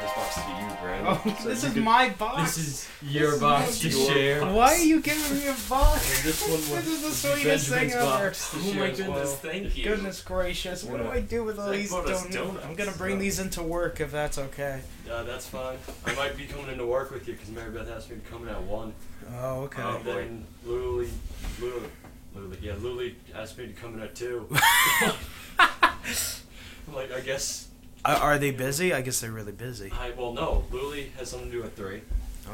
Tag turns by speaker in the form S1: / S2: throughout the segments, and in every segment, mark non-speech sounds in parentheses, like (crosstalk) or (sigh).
S1: This box to you, Brandon. So
S2: Oh, this
S1: you
S2: is
S1: can-
S2: my box.
S3: This is your
S2: This
S3: box
S2: is
S3: to
S1: your
S3: share.
S2: Why are you giving me a box?
S3: And this one was
S2: this is the sweetest thing
S3: Benjamin's
S2: ever.
S3: box to
S1: Oh
S3: share
S1: my
S3: as well.
S1: goodness, thank you.
S2: Goodness gracious, what do I do with all
S1: Zach
S2: these
S1: bought us
S2: donuts?
S1: donuts.
S2: I'm gonna bring these into work if that's okay.
S1: Uh, that's fine. I might be coming into work with you because Mary Beth asked me to come in at 1.
S2: Oh, okay.
S1: And then Lily, Lily, Lily, yeah, Lily asked me to come in
S2: (laughs)
S1: at 2. I'm (laughs) like, I guess,
S2: Are- are they busy? I guess they're really busy.
S1: I, well, no. Lily has something to do at 3.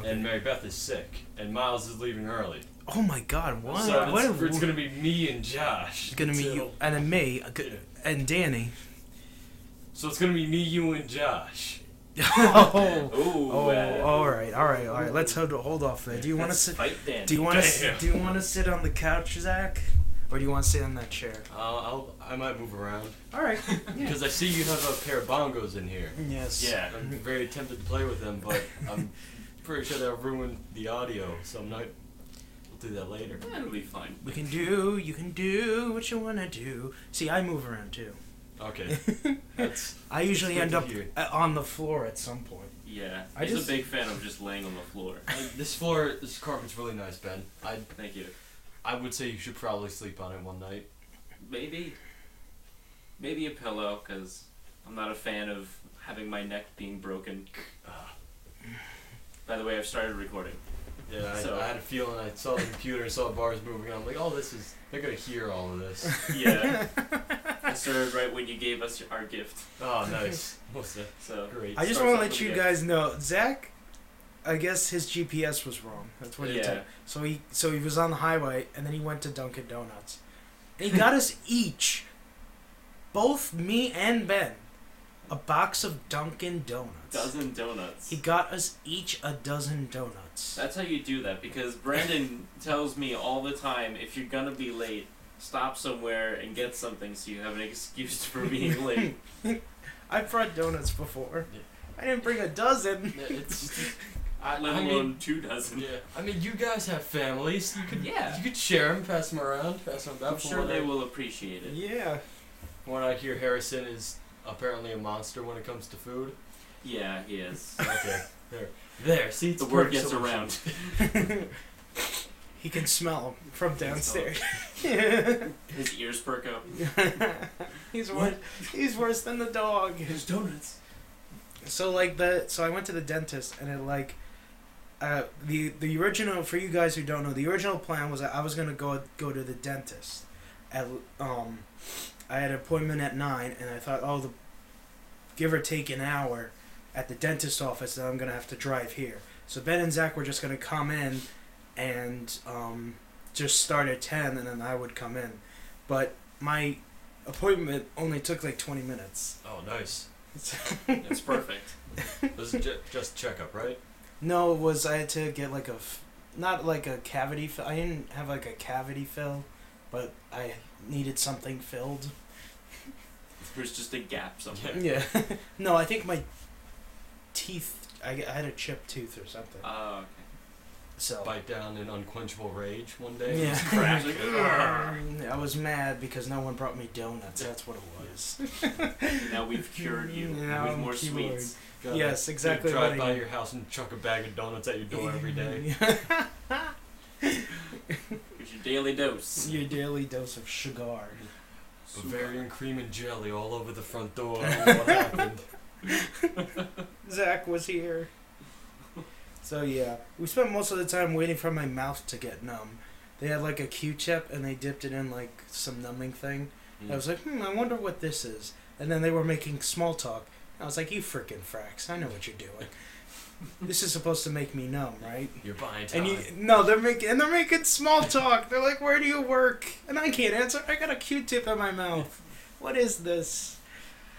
S1: And Mary Beth is sick. And Miles is leaving early.
S2: Oh my God! What?
S1: So
S2: what?
S1: it's,
S2: a-
S1: it's going to be me and Josh.
S2: it's gonna be you
S1: until-
S2: and then me a good- and Danny. (laughs)
S1: So it's going to be me, you, and Josh.
S2: oh,
S3: Ooh.
S2: oh,
S3: uh,
S2: all right, all right, all right. Let's hold hold off there. Do you want to
S3: let's
S2: sit?
S3: Fight (laughs) then.
S2: Do you want to?
S1: Damn.
S2: Do you want to sit on the couch, Zach, or do you want to sit on that chair?
S1: Uh, I'll, I might move around.
S2: All right. Yeah.
S1: Because I see you have a pair of bongos in here.
S2: Yes.
S3: Yeah.
S1: I'm very tempted to play with them, but I'm pretty sure they'll ruin the audio, so I'm not. We'll do that later.
S3: That'll be fine.
S2: We can do. You can do what you wanna do. See, I move around too.
S1: Okay. That's.
S2: (laughs) I usually end
S1: That's good
S2: up
S1: to hear.
S2: uh, on the floor at some point.
S3: Yeah.
S2: I
S3: He's
S2: just-
S3: a big fan of just laying on the floor.
S1: I, this floor, this carpet's really nice, Ben. I
S3: Thank you.
S1: I would say you should probably sleep on it one night.
S3: Maybe. Maybe a pillow, because I'm not a fan of having my neck being broken. By the way, I've started recording.
S1: Yeah, I,
S3: So-
S1: I had a feeling. I saw the computer, saw the bars moving. I'm like, oh, this is. They're gonna hear all of this.
S2: (laughs)
S3: Yeah. I started right when you gave us our gift.
S1: Oh, nice. What's that?
S3: So
S1: Great.
S2: I just
S3: starts
S2: want to
S3: off
S2: let
S3: with
S2: you
S3: the-
S2: guys know, Zach. I guess his GPS was wrong. That's what he
S3: Yeah.
S2: took. So he so he was on the highway and then he went to Dunkin' Donuts. And he
S1: (laughs)
S2: got us each, both me and Ben, a box of Dunkin' Donuts.
S3: dozen donuts.
S2: He got us each a dozen donuts.
S3: That's how you do that because Brandon tells me all the time if you're gonna be late, stop somewhere and get something so you have an excuse (laughs) for
S1: (laughs)
S3: being
S2: (laughs)
S3: late.
S2: I brought donuts before.
S1: Yeah.
S2: I didn't bring a dozen.
S1: Yeah, It's just,
S3: (laughs)
S1: I,
S3: Let
S1: I
S3: alone
S1: mean,
S3: two dozen.
S1: yeah. I mean, you guys have families. You could,
S3: Yeah.
S1: You could share them, pass them around, pass them back.
S3: I'm
S1: from
S3: sure
S1: one
S3: they
S1: another.
S3: will appreciate it.
S2: Yeah.
S1: From What I hear, Harrison is apparently a monster when it comes to food.
S3: Yeah, he is.
S1: Okay. there. There. See, it's
S3: The word
S1: perfect
S3: gets
S1: solution. (laughs)
S3: around.
S2: he can smell 'em from
S3: can smell
S2: (laughs) downstairs.
S3: (laughs) His ears perk up.
S2: (laughs) he's
S3: What?
S2: worse. He's worse than the dog.
S3: His donuts.
S2: So like the so I went to the dentist and it like uh, the the original for you guys who don't know the original plan was that I was gonna go go to the dentist at um I had an appointment at nine and I thought oh the give or take an hour at the dentist office that I'm gonna have to drive here so Ben and Zach were just gonna come in and um, just start at ten and then I would come in but my appointment only took like twenty minutes.
S1: Oh, nice.
S3: It's perfect.
S1: This is ju- just checkup, right?
S2: No, it was I had to get like a, f- not like a cavity. Fi- I didn't have like a cavity fill, but I needed something filled.
S3: There's just a gap somewhere.
S2: Yeah. (laughs) no, I think my teeth. I, g- I had a chipped tooth or something.
S3: Oh, okay.
S2: So.
S1: Bite down in unquenchable rage one day.
S2: Yeah.
S3: crack.
S2: I was mad because no one brought me donuts. That's what it was.
S3: Now we've cured
S2: (laughs)
S3: you
S2: Now
S3: with
S2: I'm
S3: more
S2: cured.
S3: sweets.
S2: (laughs)
S1: Gotta
S2: yes, exactly.
S1: Drive
S2: what
S1: by
S2: I
S1: your house and chuck a bag of donuts at your
S2: (laughs)
S1: door every day.
S3: It's your daily dose.
S2: your daily dose of sugar.
S1: Bavarian cream and jelly all over the front door. I don't know what happened?
S2: Zach was here. So yeah, we spent most of the time waiting for my mouth to get numb. They had like a Q-tip and they dipped it in like some numbing thing. I was like, hmm, I wonder what this is. And then they were making small talk. I was like, you freaking fracks, I know what you're doing. this is supposed to make me numb, right?
S1: You're buying time.
S2: And you no, they're making and they're making small talk. They're like, "Where do you work?" And I can't answer. I got a Q-tip in my mouth. What is this?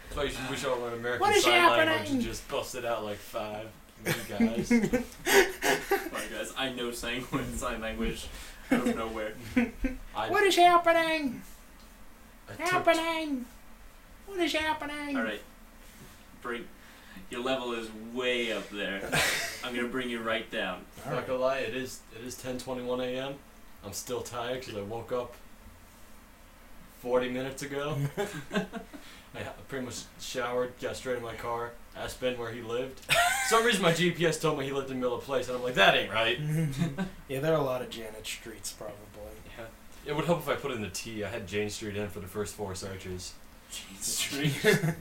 S1: That's why you should wish all my American
S2: What is
S1: sign language
S2: happening?
S1: and just busted out like five new
S2: (laughs)
S3: (laughs)
S1: guys.
S3: Sorry, guys. I know sign sign language out of nowhere.
S1: I,
S2: What is happening?
S1: I took
S2: Happening. What is happening?
S3: All right, bring your level is way up (laughs) there. I'm gonna bring you right down.
S2: All
S1: Not
S2: right.
S1: gonna lie, it is it is 10:21 a.m. I'm still tired because I woke up 40
S2: (laughs)
S1: minutes ago. I ha- pretty much showered, got straight in my car, asked Ben where he lived. For some reason, my GPS told me he lived in Miller Place, and I'm like, that ain't right.
S2: (laughs) yeah, there are a lot of Janet Streets probably.
S1: Yeah. It would help if I put in the T. I had Jane Street in for the first
S2: (laughs)
S1: four searches.
S3: Jane Street.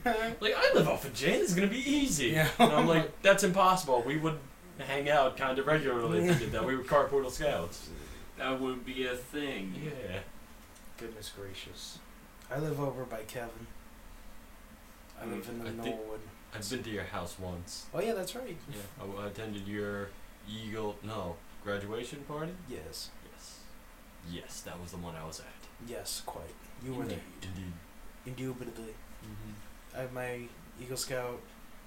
S1: Like, I live off of Jane. This is gonna be easy.
S2: Yeah.
S1: And I'm
S2: (laughs)
S1: like, that's impossible. We would hang out kind of regularly if we did that. We were carpool scouts.
S3: (laughs) That would be a thing.
S1: Yeah.
S2: Goodness gracious. I live over by Kevin. I live in the
S1: Mm, I think-
S2: Knollwood.
S1: I've been to your house once.
S2: Oh yeah, that's right.
S1: Yeah, I w- I attended your Eagle. No, graduation party.
S2: Yes.
S1: Yes, yes, that was the one I was at.
S2: Yes, quite. You were there. Mm-hmm.
S1: Indeed.
S2: Indubitably. I have my Eagle Scout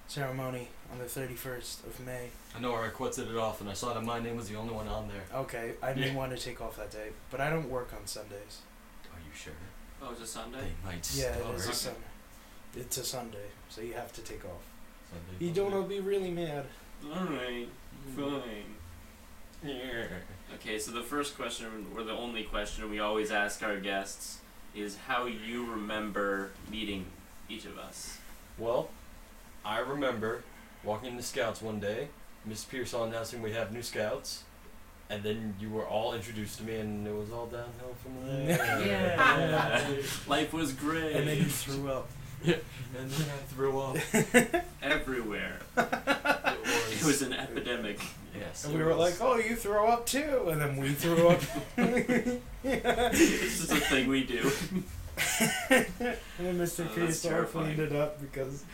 S2: ceremony on the 31st of May.
S1: I know I requested it off, and I saw that my name was the only one on there.
S2: Okay, I may
S1: Yeah.
S2: want to take off that day, but I don't work on Sundays.
S1: Are you sure?
S3: Oh, it's a Sunday.
S1: They might
S2: Yeah,
S1: start.
S2: it is a
S3: Okay.
S2: Sun. It's a Sunday, so you have to take off.
S1: Sunday,
S2: You don't
S1: Monday.
S2: will be really mad.
S3: All right,
S1: Mm.
S3: fine.
S1: Yeah.
S3: Okay, so the first question, or the only question we always ask our guests, is how you remember meeting each of us.
S1: Well, I remember walking in the scouts one day. Miss Pearsall announcing we have new scouts. And then you were all introduced to me, and it was all downhill
S2: (laughs)
S1: from there.
S3: Yeah.
S1: Yeah.
S3: Life was great
S2: And then you threw up.
S1: (laughs) And then I
S2: (laughs)
S1: threw up.
S3: (laughs) everywhere.
S1: It was.
S3: It was an epidemic.
S1: yes.
S2: And
S1: it
S2: we were
S1: was.
S2: like, oh, you throw up too. And then we threw
S1: (laughs)
S2: up.
S3: (laughs)
S2: (laughs)
S3: this is a thing we (laughs) do.
S2: And then Mr.
S3: Oh, that's
S2: Pearsall
S3: terrifying.
S2: cleaned it up because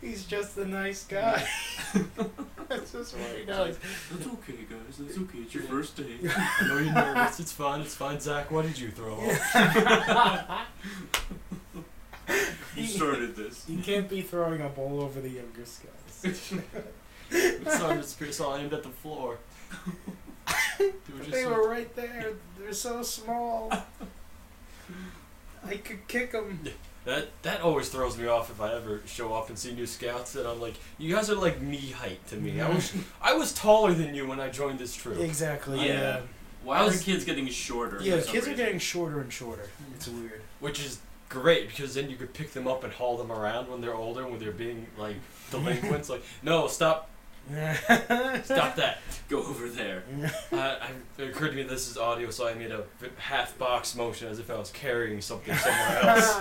S2: he's just a nice guy. (laughs) That's just what he does.
S3: That's okay, guys. That's okay. It's your first day.
S1: I know you're nervous. It's fine. It's fine, Zach. Why did you throw up?
S3: (laughs)
S2: (laughs)
S3: You started this.
S2: You can't be throwing up all over the younger
S1: (laughs)
S2: scouts.
S1: Sorry, Mr. Pearsall. I aimed at the floor. They were just
S2: They
S1: so-
S2: were right there. They're so
S1: (laughs)
S2: small. I could kick them.
S1: That that always throws me off if I ever show up and see new scouts and I'm like, you guys are like me height to me. I
S2: Mm-hmm.
S1: was I was taller than you when I joined this troop.
S2: Exactly.
S3: Yeah. Why
S1: I
S3: are
S1: was-
S3: kids getting shorter?
S2: Yeah,
S3: for
S2: kids
S3: some
S2: are
S3: reason?
S2: getting shorter and shorter. It's weird.
S1: Which is great because then you could pick them up and haul them around when they're older when they're being like
S3: (laughs)
S1: delinquents. like, no, stop, stop that.
S3: Go over there. (laughs)
S1: Uh, I, it occurred to me this is audio, so I made a half box motion as if I was carrying
S3: (laughs)
S1: something somewhere else.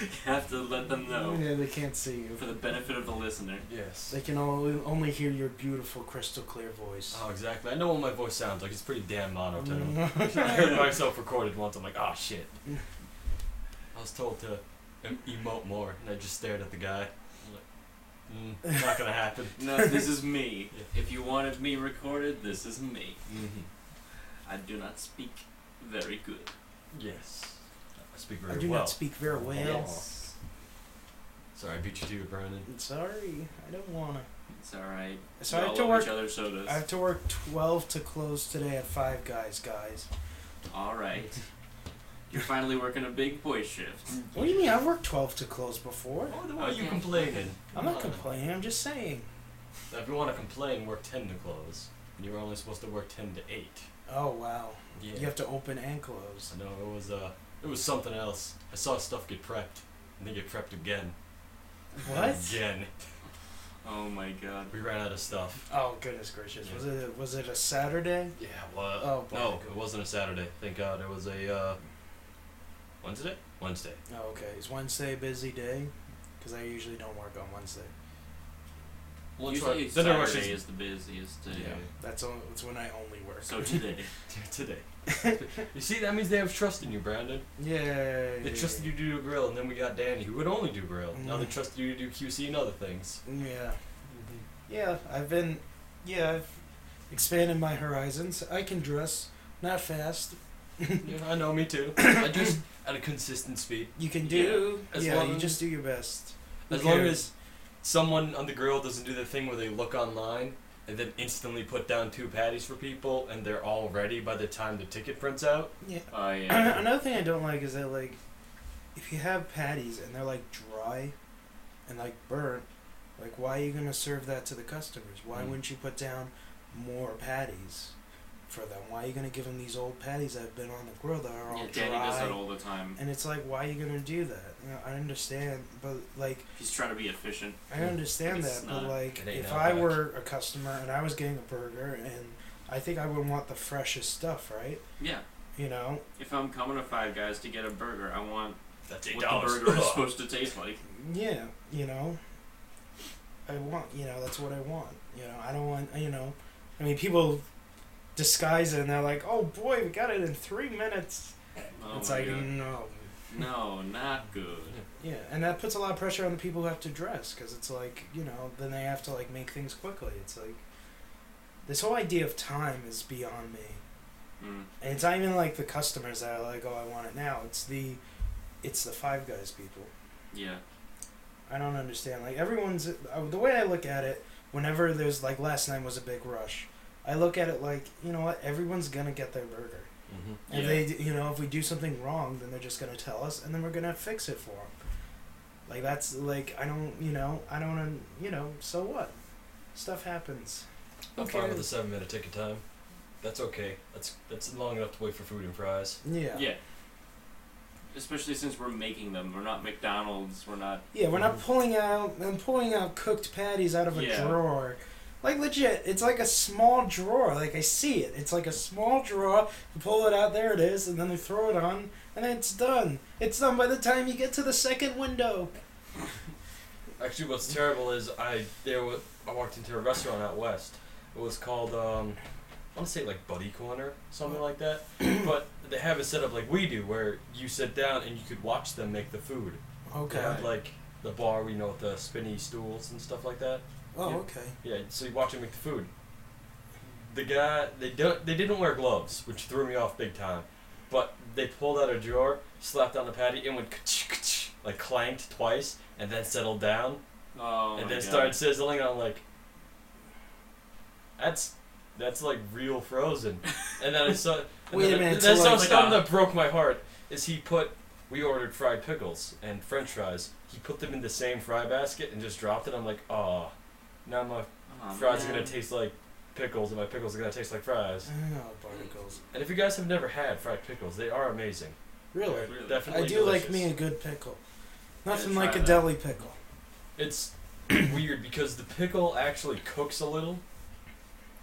S3: You have to let them know
S2: Yeah, they can't see you.
S3: for the benefit of the listener.
S1: yes.
S2: They can only, only hear your beautiful crystal clear voice.
S1: Oh, exactly. I know what my voice sounds like. It's pretty
S3: (laughs)
S1: damn monotone.
S2: (laughs)
S1: I heard myself recorded once. I'm like, oh shit. I was told to em- emote more, and I just stared at the guy. I'm like, mm, not gonna happen.
S3: (laughs) No,
S2: (laughs)
S1: (laughs)
S3: this is me.
S1: Yeah.
S3: If you wanted me recorded, this is me.
S1: Mm-hmm.
S3: I do not speak very good.
S1: Yes. I speak
S2: I
S1: very
S2: do
S1: well.
S2: not speak very well.
S1: Yes. Sorry, I beat you to it, Brandon.
S2: I'm sorry. I don't wanna.
S3: It's alright.
S2: So
S3: We
S2: I have
S3: all
S2: to
S3: love
S2: work.
S3: each other sodas.
S2: I have to work twelve to close today at Five Guys, guys.
S3: Alright. You're finally working a big boy shift.
S2: What do you mean? I worked twelve to close before.
S1: Oh, then why are you
S3: Okay.
S1: complaining?
S2: I'm not
S1: Uh,
S2: complaining. I'm just saying.
S1: If you want to complain, work 10 to close. And you were only supposed to work 10 to 8.
S2: Oh wow.
S1: Yeah.
S2: You have to open and close.
S1: I know it was uh, it was something else. I saw stuff get prepped, and then get prepped again.
S2: What?
S1: Again.
S3: Oh my god.
S1: We ran out of stuff.
S2: Oh goodness gracious. Was it a, was it a Saturday?
S1: Yeah. Well.
S2: Oh, boy.
S1: Uh, no, it wasn't a Saturday. Thank God. It was a uh, Wednesday. Wednesday. (laughs)
S2: Oh okay. Is Wednesday a busy day? Because I usually don't work on Wednesday.
S3: Usually
S1: then there was
S3: Saturday
S1: just-
S3: is the busiest day.
S1: Yeah.
S2: That's only, that's when I only work.
S3: So today.
S2: (laughs)
S1: today. you see, that means they have trust in you, Brandon.
S2: Yay.
S1: They trusted you to do grill, and then we got Danny, who would only do grill. Now they trusted you to do QC and other things.
S2: Yeah. Yeah, I've been. Yeah, I've expanded my horizons. I can dress, not fast.
S1: Yeah, I know, me too. I just at a consistent speed.
S2: You can do.
S1: Yeah,
S2: Yeah,
S1: as long
S2: you
S1: as-
S2: just do your best. Who
S1: As long
S2: cares?
S1: as someone on the grill doesn't do the thing where they look online and then instantly put down two patties for people and they're all ready by the time the ticket prints out.
S2: Yeah.
S3: Oh yeah.
S2: (clears throat) Another thing I don't like is that like, if you have patties and they're like dry, and like burnt, like why are you gonna serve that to the customers? Why
S1: Mm.
S2: wouldn't you put down more patties for them? Why are you gonna give them these old patties that have been on the grill that are all
S3: yeah,
S2: dry?
S3: Danny does that all the time.
S2: and it's like, why are you gonna do that? You know, I understand, but like,
S3: He's trying to be efficient.
S2: I
S1: Mm.
S2: understand
S3: It's
S2: that,
S3: not-
S2: but like,
S1: it ain't
S2: if
S1: that
S2: I
S1: bad.
S2: were a customer and I was getting a burger, and I think I would want the freshest stuff, right?
S3: Yeah.
S2: You know,
S3: If I'm coming to Five Guys to get a burger, I want
S1: That's eight
S3: what the
S1: dollars. (laughs)
S3: burger is supposed to taste like.
S2: yeah, you know, I want, you know, that's what I want. You know, I don't want, you know, I mean, people disguise it and they're like, oh boy, we got it in three minutes.
S3: Oh
S2: it's
S3: my
S2: like,
S3: God.
S2: no.
S3: no, not good.
S2: Yeah, and that puts a lot of pressure on the people who have to dress because it's like, you know, then they have to, like, make things quickly. It's like, this whole idea of time is beyond me.
S3: Mm.
S2: And it's not even like the customers that are like, oh, I want it now. It's the, it's the Five Guys people.
S3: Yeah.
S2: I don't understand. Like everyone's uh, the way I look at it. Whenever there's like last night was a big rush, I look at it like you know what everyone's gonna get their burger.
S1: Mhm.
S2: If
S3: Yeah.
S2: they d- you know if we do something wrong, then they're just gonna tell us, and then we're gonna fix it for them. Like that's like I don't you know I don't un- you know so what, stuff happens.
S1: I'm fine with
S2: cares?
S1: the seven minute ticket time. That's okay. That's that's long enough to wait for food and fries.
S2: Yeah.
S3: Yeah. Especially since we're making them. We're not McDonald's. We're not.
S2: Yeah, we're not pulling out and pulling out cooked patties out of a
S3: Yeah.
S2: drawer. Like legit, it's like a small drawer. Like I see it. It's like a small drawer. You pull it out, there it is, and then they throw it on, and then it's done. It's done by the time you get to the second window.
S1: Actually, what's terrible is I there was, I walked into a restaurant out west. It was called um, I want to say like Buddy Corner, something like that. but they have it set up like we do, where you sit down and you could watch them make the food. They
S2: Okay.
S1: have like the bar, you know, with the spinny stools and stuff like that.
S2: Oh,
S1: Yeah.
S2: okay.
S1: Yeah, so you watch them make the food. The guy they don't they didn't wear gloves, which threw me off big time. But they pulled out a drawer, slapped on the patty, and went like clanked twice, and then settled down
S3: Oh
S1: and
S3: my
S1: then
S3: God.
S1: started sizzling. And I'm like, that's that's like
S3: (laughs)
S1: real frozen. And then I saw. and
S2: Wait a
S1: then-
S2: minute,
S1: That's
S2: so,
S1: so
S2: like-
S1: something that broke my heart. Is he put? We ordered fried pickles and French fries. He put them in the same fry basket and just dropped it. I'm like, oh, now my
S3: Oh,
S1: fries are
S3: man.
S1: gonna taste like pickles, and my pickles are gonna taste like fries.
S2: Oh, barnacles.
S1: And if you guys have never had fried pickles, they are amazing.
S2: Really?
S1: They're
S3: Really?
S1: Definitely
S2: I do
S1: delicious.
S2: like me a good pickle.
S3: Yeah,
S2: Nothing
S3: try
S2: like a
S3: that.
S2: deli pickle.
S1: It's (clears throat) weird because the pickle actually cooks a little,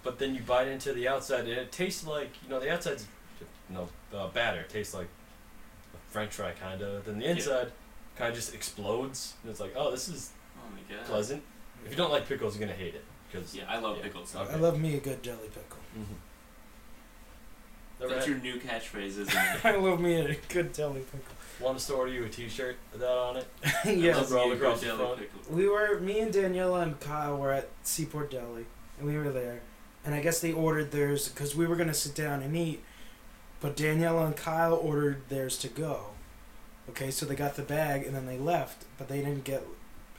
S1: but then you bite into the outside and it tastes like you know the outside's you know uh, batter tastes like a French fry kind of. Then the
S3: Yeah.
S1: inside kind of just explodes and it's like oh this is
S3: Oh my God.
S1: pleasant. If you don't like pickles, you're gonna hate it Mm-hmm. because
S3: Yeah, I love
S1: Uh-huh. Yeah.
S3: pickles.
S1: Okay.
S2: I love me a good deli pickle.
S1: Never
S3: That's your
S1: had-
S3: new catchphrase,
S1: (laughs)
S3: isn't it?
S2: I love me a good deli (laughs) pickle.
S1: Want us to order you a T-shirt with that on it?
S2: yes.
S3: I love
S1: Roll
S3: me a good
S1: across the
S3: deli
S1: front.
S3: pickle.
S2: We were me and Daniela and Kyle were at Seaport Deli, and we were there, and I guess they ordered theirs because we were gonna sit down and eat, but Daniela and Kyle ordered theirs to go. Okay, so they got the bag and then they left, but they didn't get,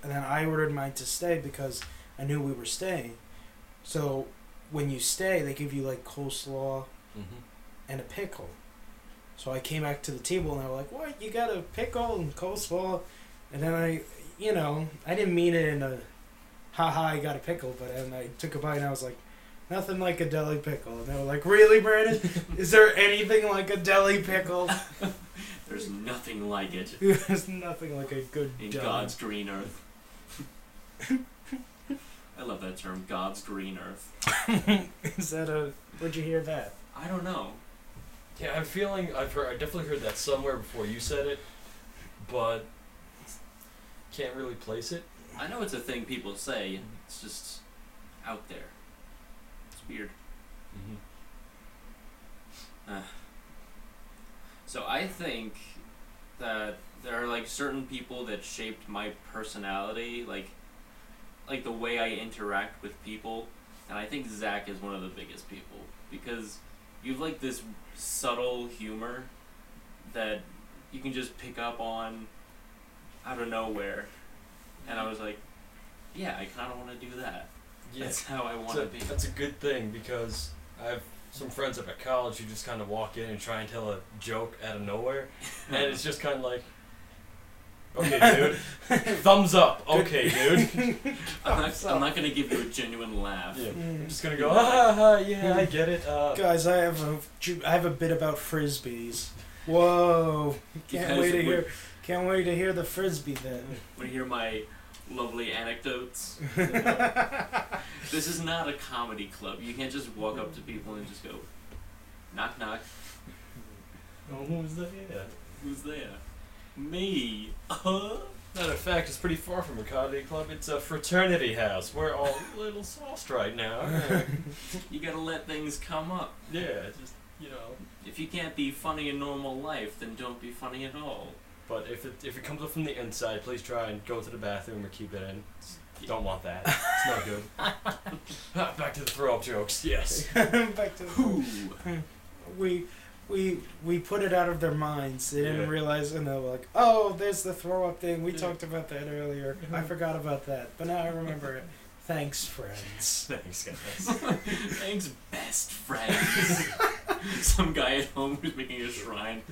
S2: and then I ordered mine to stay because I knew we were staying. So when you stay, they give you like coleslaw
S1: Mm-hmm.
S2: and a pickle. So I came back to the table and they were like, "What? You got a pickle and coleslaw?" And then I, you know, I didn't mean it in a, "Ha ha, I got a pickle," but and I took a bite and I was like, "Nothing like a deli pickle." And they were like, "Really, Brandon? Is there anything like a deli pickle?" (laughs)
S3: There's nothing like it
S2: There's nothing like a good
S3: in
S2: deli.
S3: God's green earth. (laughs) I love that term, God's green earth.
S2: (laughs) Is that a? Where'd you hear that?
S3: I don't know.
S1: Yeah, I'm feeling I've heard I definitely heard that somewhere before you said it, but can't really place it.
S3: I know it's a thing people say. It's just out there. It's weird.
S1: Mm-hmm.
S3: So I think that there are like certain people that shaped my personality, like like the way I interact with people, and I think Zach is one of the biggest people because you have like this subtle humor that you can just pick up on out of nowhere, and I was like, yeah, I kind of want to do that. That's how I want
S1: So
S3: to be.
S1: that's a good thing because I have some friends up at college who just kind of walk in and try and tell a joke out of nowhere, and it's just kind of like, (laughs) okay, dude, thumbs up, okay, dude.
S3: I'm not, I'm not gonna give you a genuine laugh.
S1: (laughs) Yeah. I'm
S2: Mm.
S1: just gonna go, ah, ha, ha, yeah, I get it. Uh,
S2: Guys, I have a ju- I have a bit about frisbees. Whoa! Can't
S3: Because
S2: wait to
S3: we-
S2: hear. Can't wait to hear the frisbee then.
S3: Want to hear my lovely
S1: (laughs)
S3: anecdotes? this is not a comedy club. You can't just walk up
S1: Mm-hmm.
S3: to people and just go, knock knock,
S1: oh, who was that? Yeah.
S3: who's there? Me. uh-huh. Huh?
S1: Matter of fact, it's pretty far from a comedy club. It's a fraternity house. We're all a (laughs) little sauced right now.
S3: You gotta let things come up.
S1: yeah, just you know.
S3: If you can't be funny in normal life, then don't be funny at all.
S1: But if it if it comes up from the inside, please try and go to the bathroom or keep it in. Don't want that. It's not good. Ah, Back to the throw up jokes. Yes.
S2: (laughs) Back to
S3: (laughs) Who?
S2: we. We, we put it out of their minds. They didn't
S1: Yeah.
S2: realize, and they were like, "Oh, there's the throw up thing. We
S1: Yeah.
S2: talked about that earlier. I
S1: Mhm.
S2: forgot about that, but now I remember it. Thanks,
S1: (laughs)
S2: friends."
S1: Thanks, guys.
S3: Thanks, best
S1: (laughs)
S3: friends. Some guy at home who's making a shrine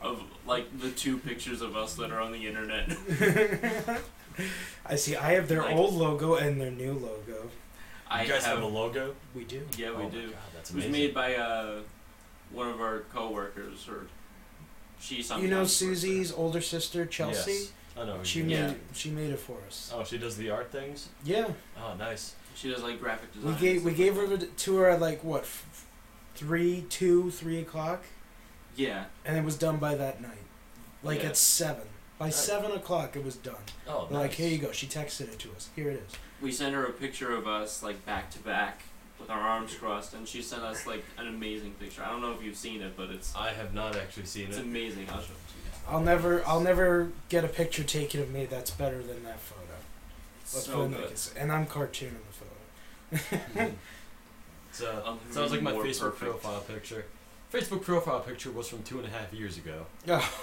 S3: of like the two pictures of us that are on the internet.
S2: I see. I have their
S3: Like-
S2: old logo and their new logo.
S3: I
S1: you guys have, a logo.
S2: We do.
S3: yeah, we
S1: oh
S3: do.
S1: My God, that's
S3: It was
S1: amazing.
S3: made by uh, one of our coworkers, or she sometimes.
S2: You know
S3: works there.
S2: Susie's older sister Chelsea.
S1: Yes. I know.
S2: She
S1: you-
S2: made
S3: Yeah.
S2: she made it for us.
S1: Oh, she does the art things.
S2: Yeah,
S1: Oh, nice.
S3: She does like graphic design.
S2: we
S3: and
S2: gave we
S3: stuff
S2: gave
S3: like
S2: her
S3: that.
S2: the- to her at like what, f- three, two, three o'clock,
S3: Yeah,
S2: and it was done by that night, like
S3: Yeah. Uh,
S2: at seven. By
S1: Nice.
S2: seven o'clock, it was done.
S1: Oh,
S2: We're Like
S1: nice.
S2: here you go. She texted it to us. Here it is.
S3: we sent her a picture of us like back to back with our arms crossed, and she sent us like an amazing picture. I don't know if you've seen it, but it's
S1: I have not actually seen
S3: it's
S1: it.
S3: amazing. I'll show it to you. guys.
S2: I'll never I'll never get a picture taken of me that's better than that photo.
S3: It's
S2: Let's
S3: so
S2: put it
S3: good.
S2: like this. And I'm cartoon in the photo.
S1: (laughs) It's, uh,
S3: Um,
S1: sounds like my
S3: more
S1: Facebook
S3: perfect.
S1: profile picture. Facebook profile picture was from two and a half years ago.
S2: Oh,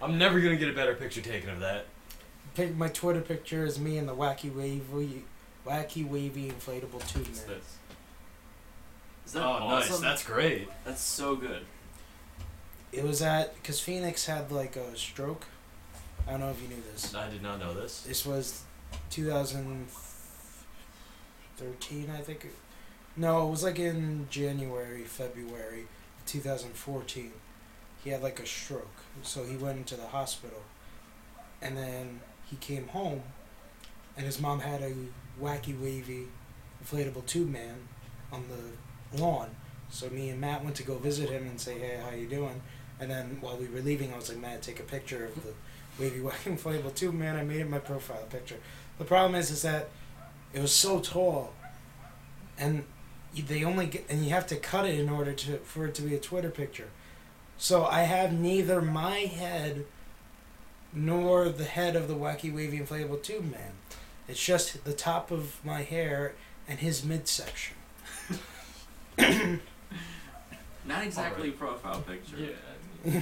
S1: I'm never gonna get a better picture taken of that.
S2: pic- my Twitter picture is me and the wacky wavy, wacky wavy inflatable tube
S3: It's
S2: man.
S3: this. Is that
S1: oh,
S3: awesome?
S1: nice. That's great.
S3: That's so good.
S2: It was at because Phoenix had like a stroke. I don't know if you knew this.
S1: I did not know this.
S2: This was 2013, I think. it- No, it was like in January, February, 2014. He had like a stroke, so he went into the hospital, and then he came home, and his mom had a wacky wavy, inflatable tube man on the lawn. So me and Matt went to go visit him and say, "Hey, how you doing?" And then while we were leaving, I was like, "Matt, take a picture of the wavy wacky (laughs) inflatable tube man." I made it my profile picture. The problem is, is that it was so tall, and you- they only get, and you have to cut it in order to for it to be a Twitter picture. So I have neither my head nor the head of the wacky wavy inflatable tube man. It's just the top of my hair and his midsection.
S3: Not exactly profile picture.
S1: yeah.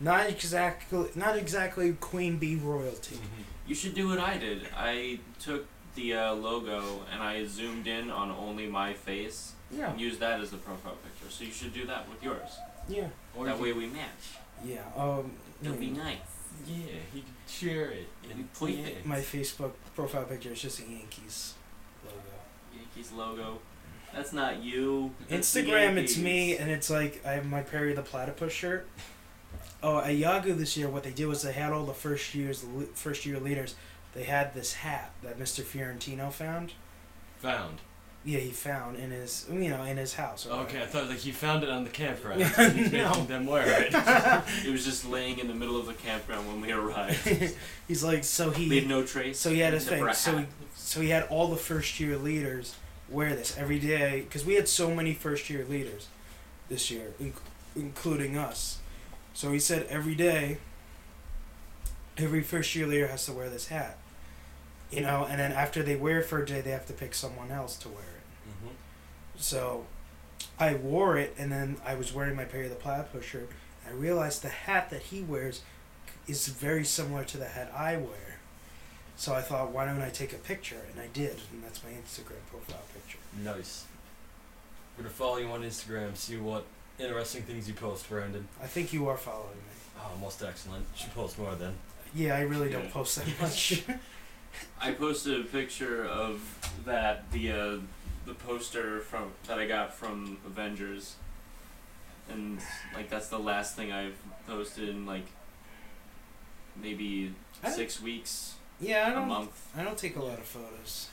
S2: Not exactly, not exactly Queen Bee royalty.
S3: You should do what I did. I took the uh, logo and I zoomed in on only my face
S2: Yeah,
S3: and used that as the profile picture. So you should do that with yours.
S2: yeah,
S1: (laughs) Or
S3: that
S1: you-
S3: way we match.
S2: yeah. Um,
S3: It'll be
S2: mm,
S3: nice.
S1: yeah, he could share it.
S3: It'll be
S1: And
S3: perfect.
S2: my Facebook profile picture is just a Yankees logo.
S3: Yankees logo. That's not you. That's the
S2: Instagram, it's me,
S3: Yankees.
S2: and it's like I have my Perry the Platypus shirt. Oh, at Yahoo this year, what they did was they had all the first years, first year leaders. They had this hat that Mr. Fiorentino found.
S1: found.
S2: Yeah, he found in his, you know, in his house. or
S1: Okay, I thought like he found it on the campground. (laughs)
S2: No.
S1: He's making them wear (laughs) it.
S3: It was just laying in the middle of the campground when we
S2: (laughs)
S3: arrived.
S2: He's like, so he.
S3: Leave no trace.
S2: So he had a
S3: except for
S2: thing.
S3: a
S2: So he,
S3: hat.
S2: so he had all the first year leaders wear this every day because we had so many first year leaders this year, inc- including us. So he said every day, every first year leader has to wear this hat. you know, and then after they wear it for a day, they have to pick someone else to wear it.
S1: Mm-hmm.
S2: So I wore it, and then I was wearing my Perry the Platypus shirt. I realized the hat that he wears is very similar to the hat I wear. So I thought, why don't I take a picture? And I did, and that's my Instagram profile picture.
S1: Nice. I'm gonna follow you on Instagram, see what interesting things you post, Brandon.
S2: I think you are following me.
S1: Oh, most excellent. You should post more then.
S2: Yeah, I really don't
S3: Yeah.
S2: post that much.
S3: I posted a picture of that the uh, the poster from that I got from Avengers, and like that's the last thing I've posted in like maybe
S2: I don't-
S3: six weeks,
S2: yeah, I
S3: a
S2: don't.
S3: month.
S2: I don't take a lot of photos.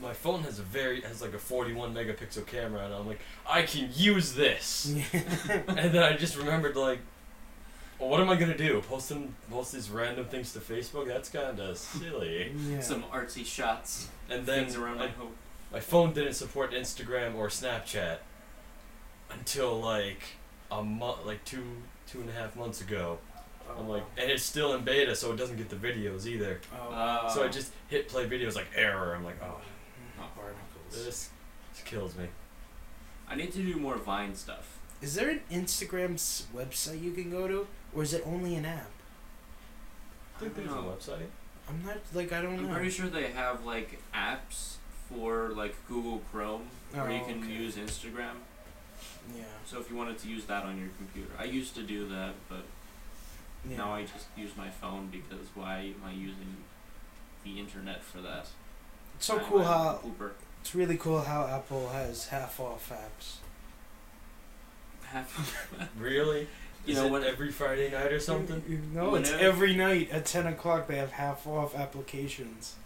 S1: My phone has a very has like a 41 megapixel camera, and I'm like, I can use this. (laughs) and then I just remembered like, well, what am I gonna do? Post them, post these random things to Facebook? That's kind of silly.
S2: (laughs) yeah.
S3: Some artsy shots,
S1: And then
S3: things around my
S1: my,
S3: home.
S1: my phone didn't support Instagram or Snapchat until like a month, like two two and a half months ago.
S2: Oh,
S1: I'm like, and it's still in beta, so it doesn't get the videos either.
S2: oh,
S3: Uh,
S1: so I just hit play videos like error. I'm like, oh,
S2: not barnacles.
S1: this, this kills me.
S3: I need to do more Vine stuff.
S2: Is there an Instagram s- website you can go to, or is it only an app?
S1: I
S3: I
S1: think
S3: don't
S1: there's a
S3: know.
S1: website.
S2: I'm not like I don't
S3: I'm
S2: know.
S3: pretty sure they have like apps for like Google Chrome where you
S2: Oh,
S3: can
S2: okay.
S3: use Instagram.
S2: Yeah.
S3: So if you wanted to use that on your computer, I used to do that, but
S2: yeah.
S3: now I just use my phone because why am I using the internet for that?
S2: it's so
S3: I'm
S2: cool
S3: a
S2: how
S3: blooper.
S2: it's really cool how Apple has half off apps.
S1: Really?
S3: You
S1: Is
S3: know
S1: it
S3: what-
S1: every Friday night or something?
S2: No, it's
S3: Whenever-
S2: every night at ten o'clock they have half off applications.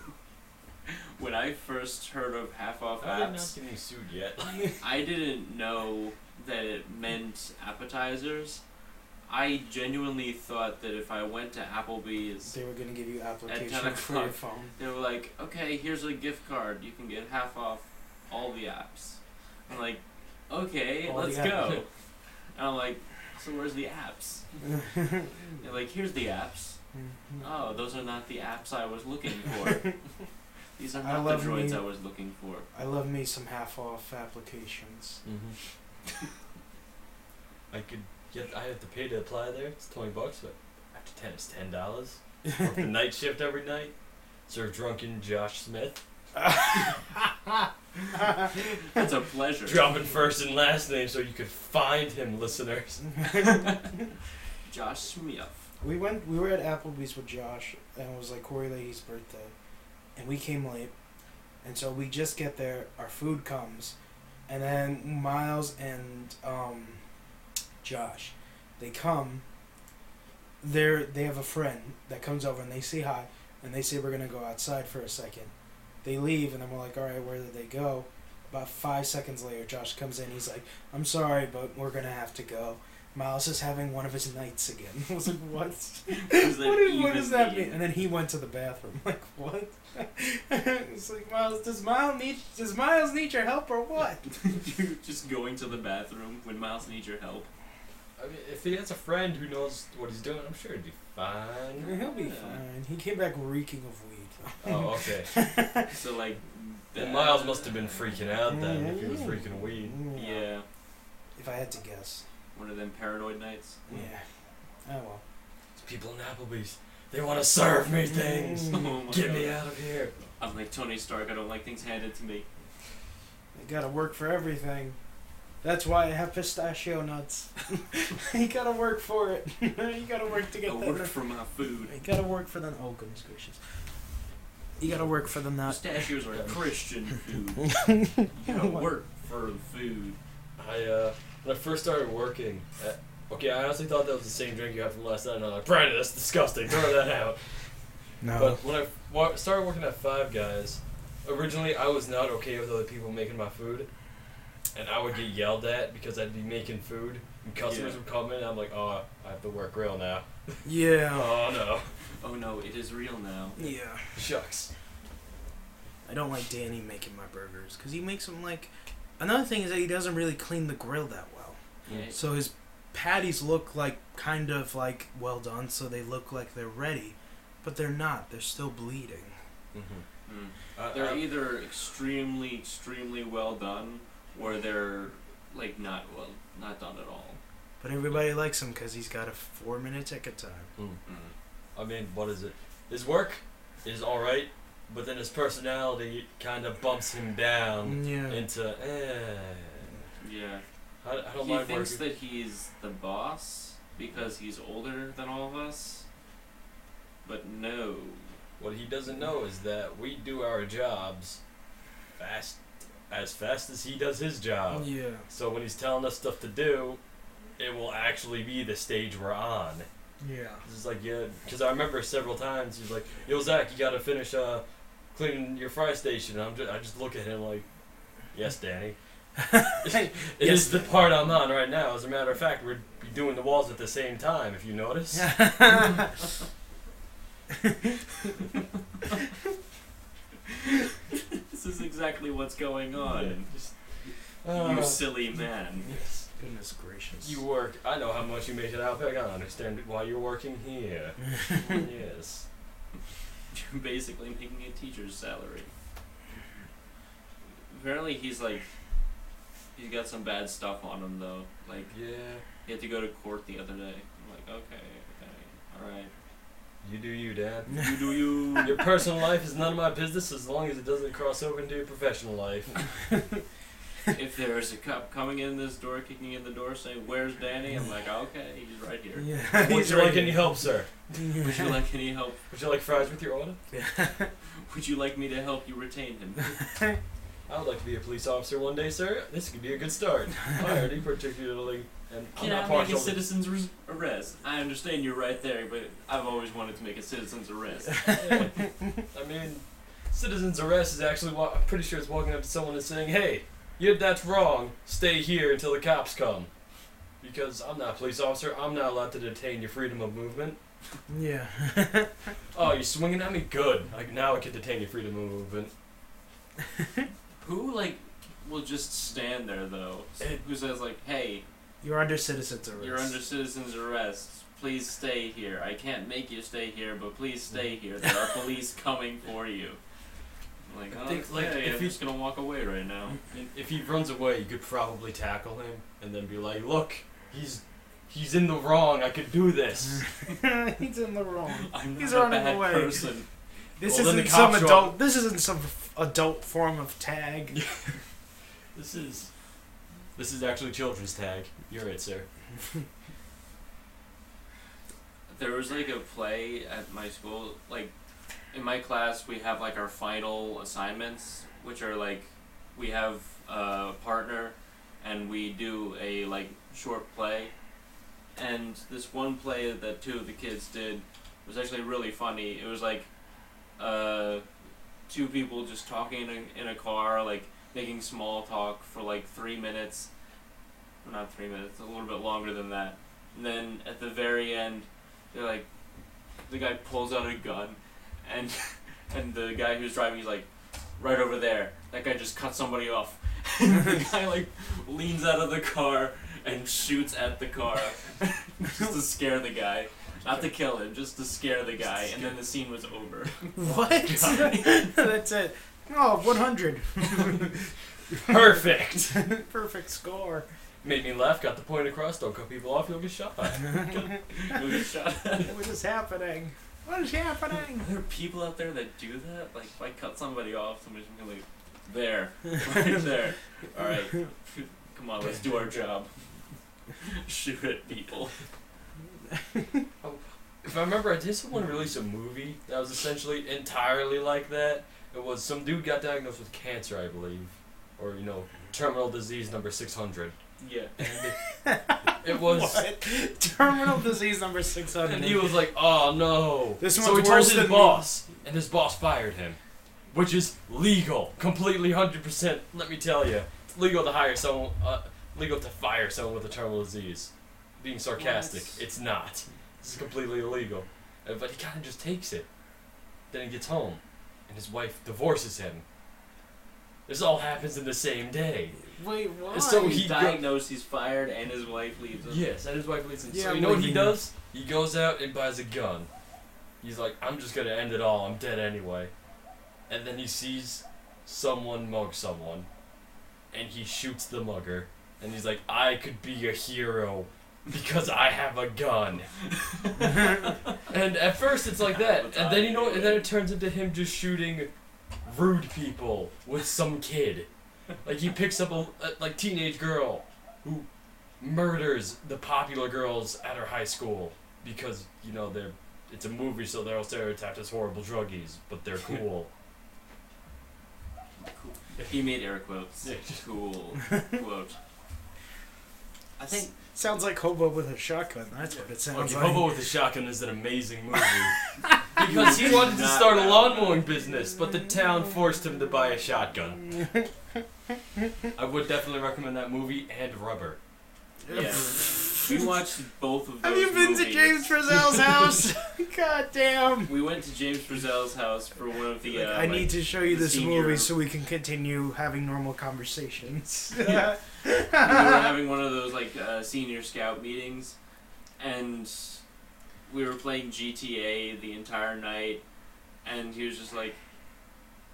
S3: (laughs)
S2: (laughs)
S3: when I first heard of half off
S1: I'm not
S3: apps,
S1: getting sued yet.
S3: I didn't know that it meant appetizers. I genuinely thought that if I went to Applebee's,
S2: They were gonna give you applications for
S3: o'clock.
S2: your phone.
S3: they were like, "Okay, here's a gift card. You can get half off all the apps." I'm like, "Okay,
S2: All the
S3: let's
S2: app-
S3: go." (laughs) and I'm like, "So where's the apps?" They're like, "Here's the apps." Oh, those are not the apps I was looking
S2: (laughs)
S3: for. These are
S2: I
S3: not
S2: love
S3: the droids
S2: me-
S3: I was looking for.
S2: (laughs) I love me some half off applications.
S1: mm-hmm. I could get. I have to pay to apply there. It's twenty bucks, but after ten, it's ten (laughs) dollars. Work the night shift every night. Serve drunken Josh Smith.
S3: It's a
S2: (laughs)
S3: pleasure.
S1: Dropping first and last name so you could find him, listeners.
S3: Josh Smith.
S2: (laughs) We went. We were at Applebee's with Josh, and it was like Corey Leahy's birthday, and we came late, and so we just get there. Our food comes, and then Miles and um, Josh, they come. They're they have a friend that comes over and they say hi, and they say we're gonna go outside for a second. They leave, and then we're like, all right, where did they go? About five seconds later, Josh comes in. He's like, I'm sorry, but we're gonna have to go. Miles is having one of his nights again. (laughs) I was like, what?
S3: does that
S2: what, is, what
S3: even
S2: does that
S3: mean?
S2: mean? And then he went to the bathroom. (laughs) Like, what? it's like Miles. Does Miles need? Does Miles need your help or what?
S3: You're (laughs) just going to the bathroom when Miles needs your help.
S1: I mean, if he has a friend who knows what he's doing, I'm sure he'd be fine.
S2: He'll be
S3: Yeah.
S2: fine. He came back reeking of weed. (laughs)
S1: Oh, okay.
S3: So
S1: (laughs)
S3: like. that-
S1: Then Miles must have been freaking out then if he was freaking weed.
S3: Yeah,
S2: Mm-hmm. If I had to guess.
S3: one of them paranoid nights.
S2: Yeah. Oh well.
S1: It's people in Applebee's. They want to serve me things. (laughs)
S2: Mm.
S3: Oh my
S1: Get
S3: God.
S1: me out of here.
S3: I'm like Tony Stark. I don't like things handed to me.
S2: I gotta work for everything. That's why I have pistachio nuts. (laughs) you gotta work for it. (laughs) you gotta work to get
S3: I
S2: that.
S3: work for my food.
S2: You gotta work for the. Oh goodness gracious. You gotta work for the
S1: Uh,
S2: nut.
S3: Pistachios
S1: (laughs)
S3: are Christian food. you
S2: (laughs)
S3: gotta work for food.
S1: I uh, when I first started working, at, okay, I honestly thought that was the same drink you had from last night, and I'm like, Brandon, that's disgusting. Throw that out.
S2: No.
S1: But when I wa- started working at Five Guys, originally I was not okay with other people making my food, and I would get yelled at because I'd be making food, and customers
S3: Yeah.
S1: would come in, and I'm like, oh, I have to work real now.
S2: yeah.
S1: Oh (laughs) no,
S3: Oh no, it is real now.
S2: Yeah.
S1: shucks.
S2: I don't like Danny making my burgers because he makes them like. Another thing is that he doesn't really clean the grill that well.
S3: Yeah,
S2: So his patties look like kind of like well done, so they look like they're ready. But they're not. They're still bleeding.
S1: Mm-hmm.
S3: Mm.
S1: Uh,
S3: They're
S1: uh,
S3: either extremely, extremely well done, or they're like not well, not done at all.
S2: But everybody likes him because he's got a four minute ticket time.
S3: Mm.
S1: I mean, what is it? His work is all right, but then his personality kind of bumps him
S2: Mm.
S1: down
S2: Yeah.
S1: into. Eh,
S3: Yeah,
S1: I, I don't
S3: he
S1: mind
S3: thinks
S1: working.
S3: that he's the boss because he's older than all of us. But no,
S1: What he doesn't know is that we do our jobs fast, as fast as he does his job.
S2: Yeah.
S1: So when he's telling us stuff to do, it will actually be the stage we're on.
S2: Yeah. (laughs)
S1: (laughs) This is like yeah, because I remember several times he's like, "Yo, Zach, you gotta finish uh, cleaning your fry station." And I'm just, I just look at him like, "Yes, Danny." (laughs) it is the part I'm on right now. As a matter of fact, we're doing the walls at the same time. If you notice.
S3: this is exactly what's going on.
S1: Uh,
S3: you silly man.
S1: yes.
S2: Goodness gracious.
S1: You work. I know how much you make at Outback. I understand why you're working here. yes.
S3: You're (laughs) basically making a teacher's salary. Apparently, he's like, he's got some bad stuff on him though. Like,
S1: Yeah.
S3: he had to go to court the other day. I'm like, okay, okay, all right.
S1: You do you, Dad.
S3: You do you.
S1: (laughs) Your personal life is none of my business as long as it doesn't cross over into your professional life.
S3: if there's a cop coming in this door, kicking in the door, saying, "Where's Danny?" I'm like, okay, he's right here.
S2: Yeah.
S1: Would
S2: he's
S1: you like
S2: right.
S1: any help, sir?
S3: Would you like any help?
S1: Would you like fries with your order?
S3: Would you like me to help you retain (laughs) him?
S1: I would like to be a police officer one day, sir. This could be a good start. I already particularly and I'm
S3: Can
S1: not
S3: I make a
S1: partial. to-
S3: citizen's res- arrest? I understand you're right there, but I've always wanted to make a citizen's arrest.
S1: Yeah. (laughs) I mean, citizen's arrest is actually. Wa- I'm pretty sure it's walking up to someone and saying, "Hey, you did that's wrong. Stay here until the cops come." Because I'm not a police officer, I'm not allowed to detain your freedom of movement.
S2: Yeah.
S1: Oh, you're swinging at me? Good. Like now I can detain your freedom of movement.
S3: Who like will just stand there though?
S1: Eh.
S3: Who says like, "Hey,
S2: (laughs) You're under citizen's arrest.
S3: you're
S2: (laughs)
S3: under citizen's arrest. Please stay here. I can't make you stay here, but please
S1: Mm-hmm.
S3: stay here. There are police coming for you." I'm like,
S1: I
S3: oh,
S1: think, like,
S3: okay,
S1: if
S3: I'm
S1: you-
S3: just gonna walk away right now.
S1: (laughs) And If he runs away, you could probably tackle him and then be like, "Look, he's he's in the wrong. I could do this."
S2: he's in the wrong.
S3: I'm not
S2: He's
S3: a
S2: running
S3: bad
S2: away.
S3: person.
S2: This
S1: Well, then
S2: isn't
S1: the
S2: some
S1: cops Oh, show
S2: adult. This isn't some f- adult form of
S1: (laughs)
S2: tag.
S1: this is this is actually children's tag. You're it, sir.
S3: There was like a play at my school. Like in my class, we have like our final assignments, which are like we have a partner, and we do a like short play. And this one play that two of the kids did was actually really funny. It was like uh, two people just talking in a, in a car, like making small talk for like three minutes. Not three minutes, a little bit longer than that. And then at the very end, they're like, the guy pulls out a gun, and (laughs) and the guy who's driving, he's like, right over there. That guy just cut somebody off. (laughs) And the guy like leans out of the car and shoots at the car, (laughs) just to scare the guy, not to kill him, just to scare the guy. And then the scene was over.
S2: (laughs) What? (laughs) That's it. Oh, 100.
S1: (laughs) Perfect.
S2: (laughs) Perfect
S1: (laughs)
S2: score.
S1: Made me laugh. Got the point across. Don't cut people off. You'll get shot.
S3: It was shot.
S2: What is happening? What is happening?
S3: Are there people out there that do that? Like, if I cut somebody off, somebody's gonna be like, there, right there. All right, come on, let's do our job. (laughs) Shoot at people.
S1: If I remember, right, did someone release a movie that was essentially entirely like that? It was some dude got diagnosed with cancer, I believe, or you know, terminal disease number six hundred.
S2: (laughs)
S3: Yeah.
S1: And it, it was.
S2: What? Terminal disease number 600.
S1: And he was like, "Oh no!"
S2: This
S1: so
S2: one's
S1: he told
S2: worse
S1: his
S2: than me.
S1: boss, and his boss fired him, which is legal, completely, hundred percent. Let me tell you, it's legal to hire someone, uh, legal to fire someone with a terminal disease. Being sarcastic,
S3: What?
S1: it's not. This is completely illegal. Uh, But he kind of just takes it. Then he gets home, and his wife divorces him. This all happens in the same day.
S2: Wait, what?
S1: So he
S3: he's
S1: go-
S3: diagnosed, he's fired, and his wife leaves him.
S1: Yes, and his wife leaves him.
S2: Yeah,
S1: so you
S2: I'm
S1: know what he
S2: leaving.
S1: does? He goes out and buys a gun. He's like, I'm just gonna end it all. I'm dead anyway. And then he sees someone mug someone, and he shoots the mugger. And he's like, I could be a hero because I have a gun.
S3: (laughs)
S1: and at first it's like that, and then you know, and then it turns into him just shooting rude people with some kid. Like he picks up a, a like teenage girl who murders the popular girls at her high school because you know they're it's a movie, so they're all stereotyped as horrible druggies, but (laughs) they're cool.
S3: He made air quotes.
S1: Yeah.
S2: (laughs)
S3: Cool quote. I think
S2: Sounds like Hobo with a shotgun. That's what it sounds
S1: Okay,
S2: like.
S1: Hobo with a Shotgun is an amazing movie. (laughs) because he wanted to
S3: Not
S1: start (laughs) a
S3: bad.
S1: lawn mowing business, but the town forced him to buy a shotgun.
S2: (laughs)
S1: I would definitely recommend that movie and Rubber.
S3: yeah. we watched both of those.
S2: Have you been to
S3: movies.
S2: James Frizzell's (laughs) house? God damn.
S3: We went to James Frizzell's house for one of the. Uh,
S2: I need (laughs) to show you
S3: the
S2: this
S3: senior-
S2: movie so we can continue having normal conversations.
S3: Yeah. we were having one of those like uh, senior scout meetings, and we were playing GTA the entire night, and he was just like,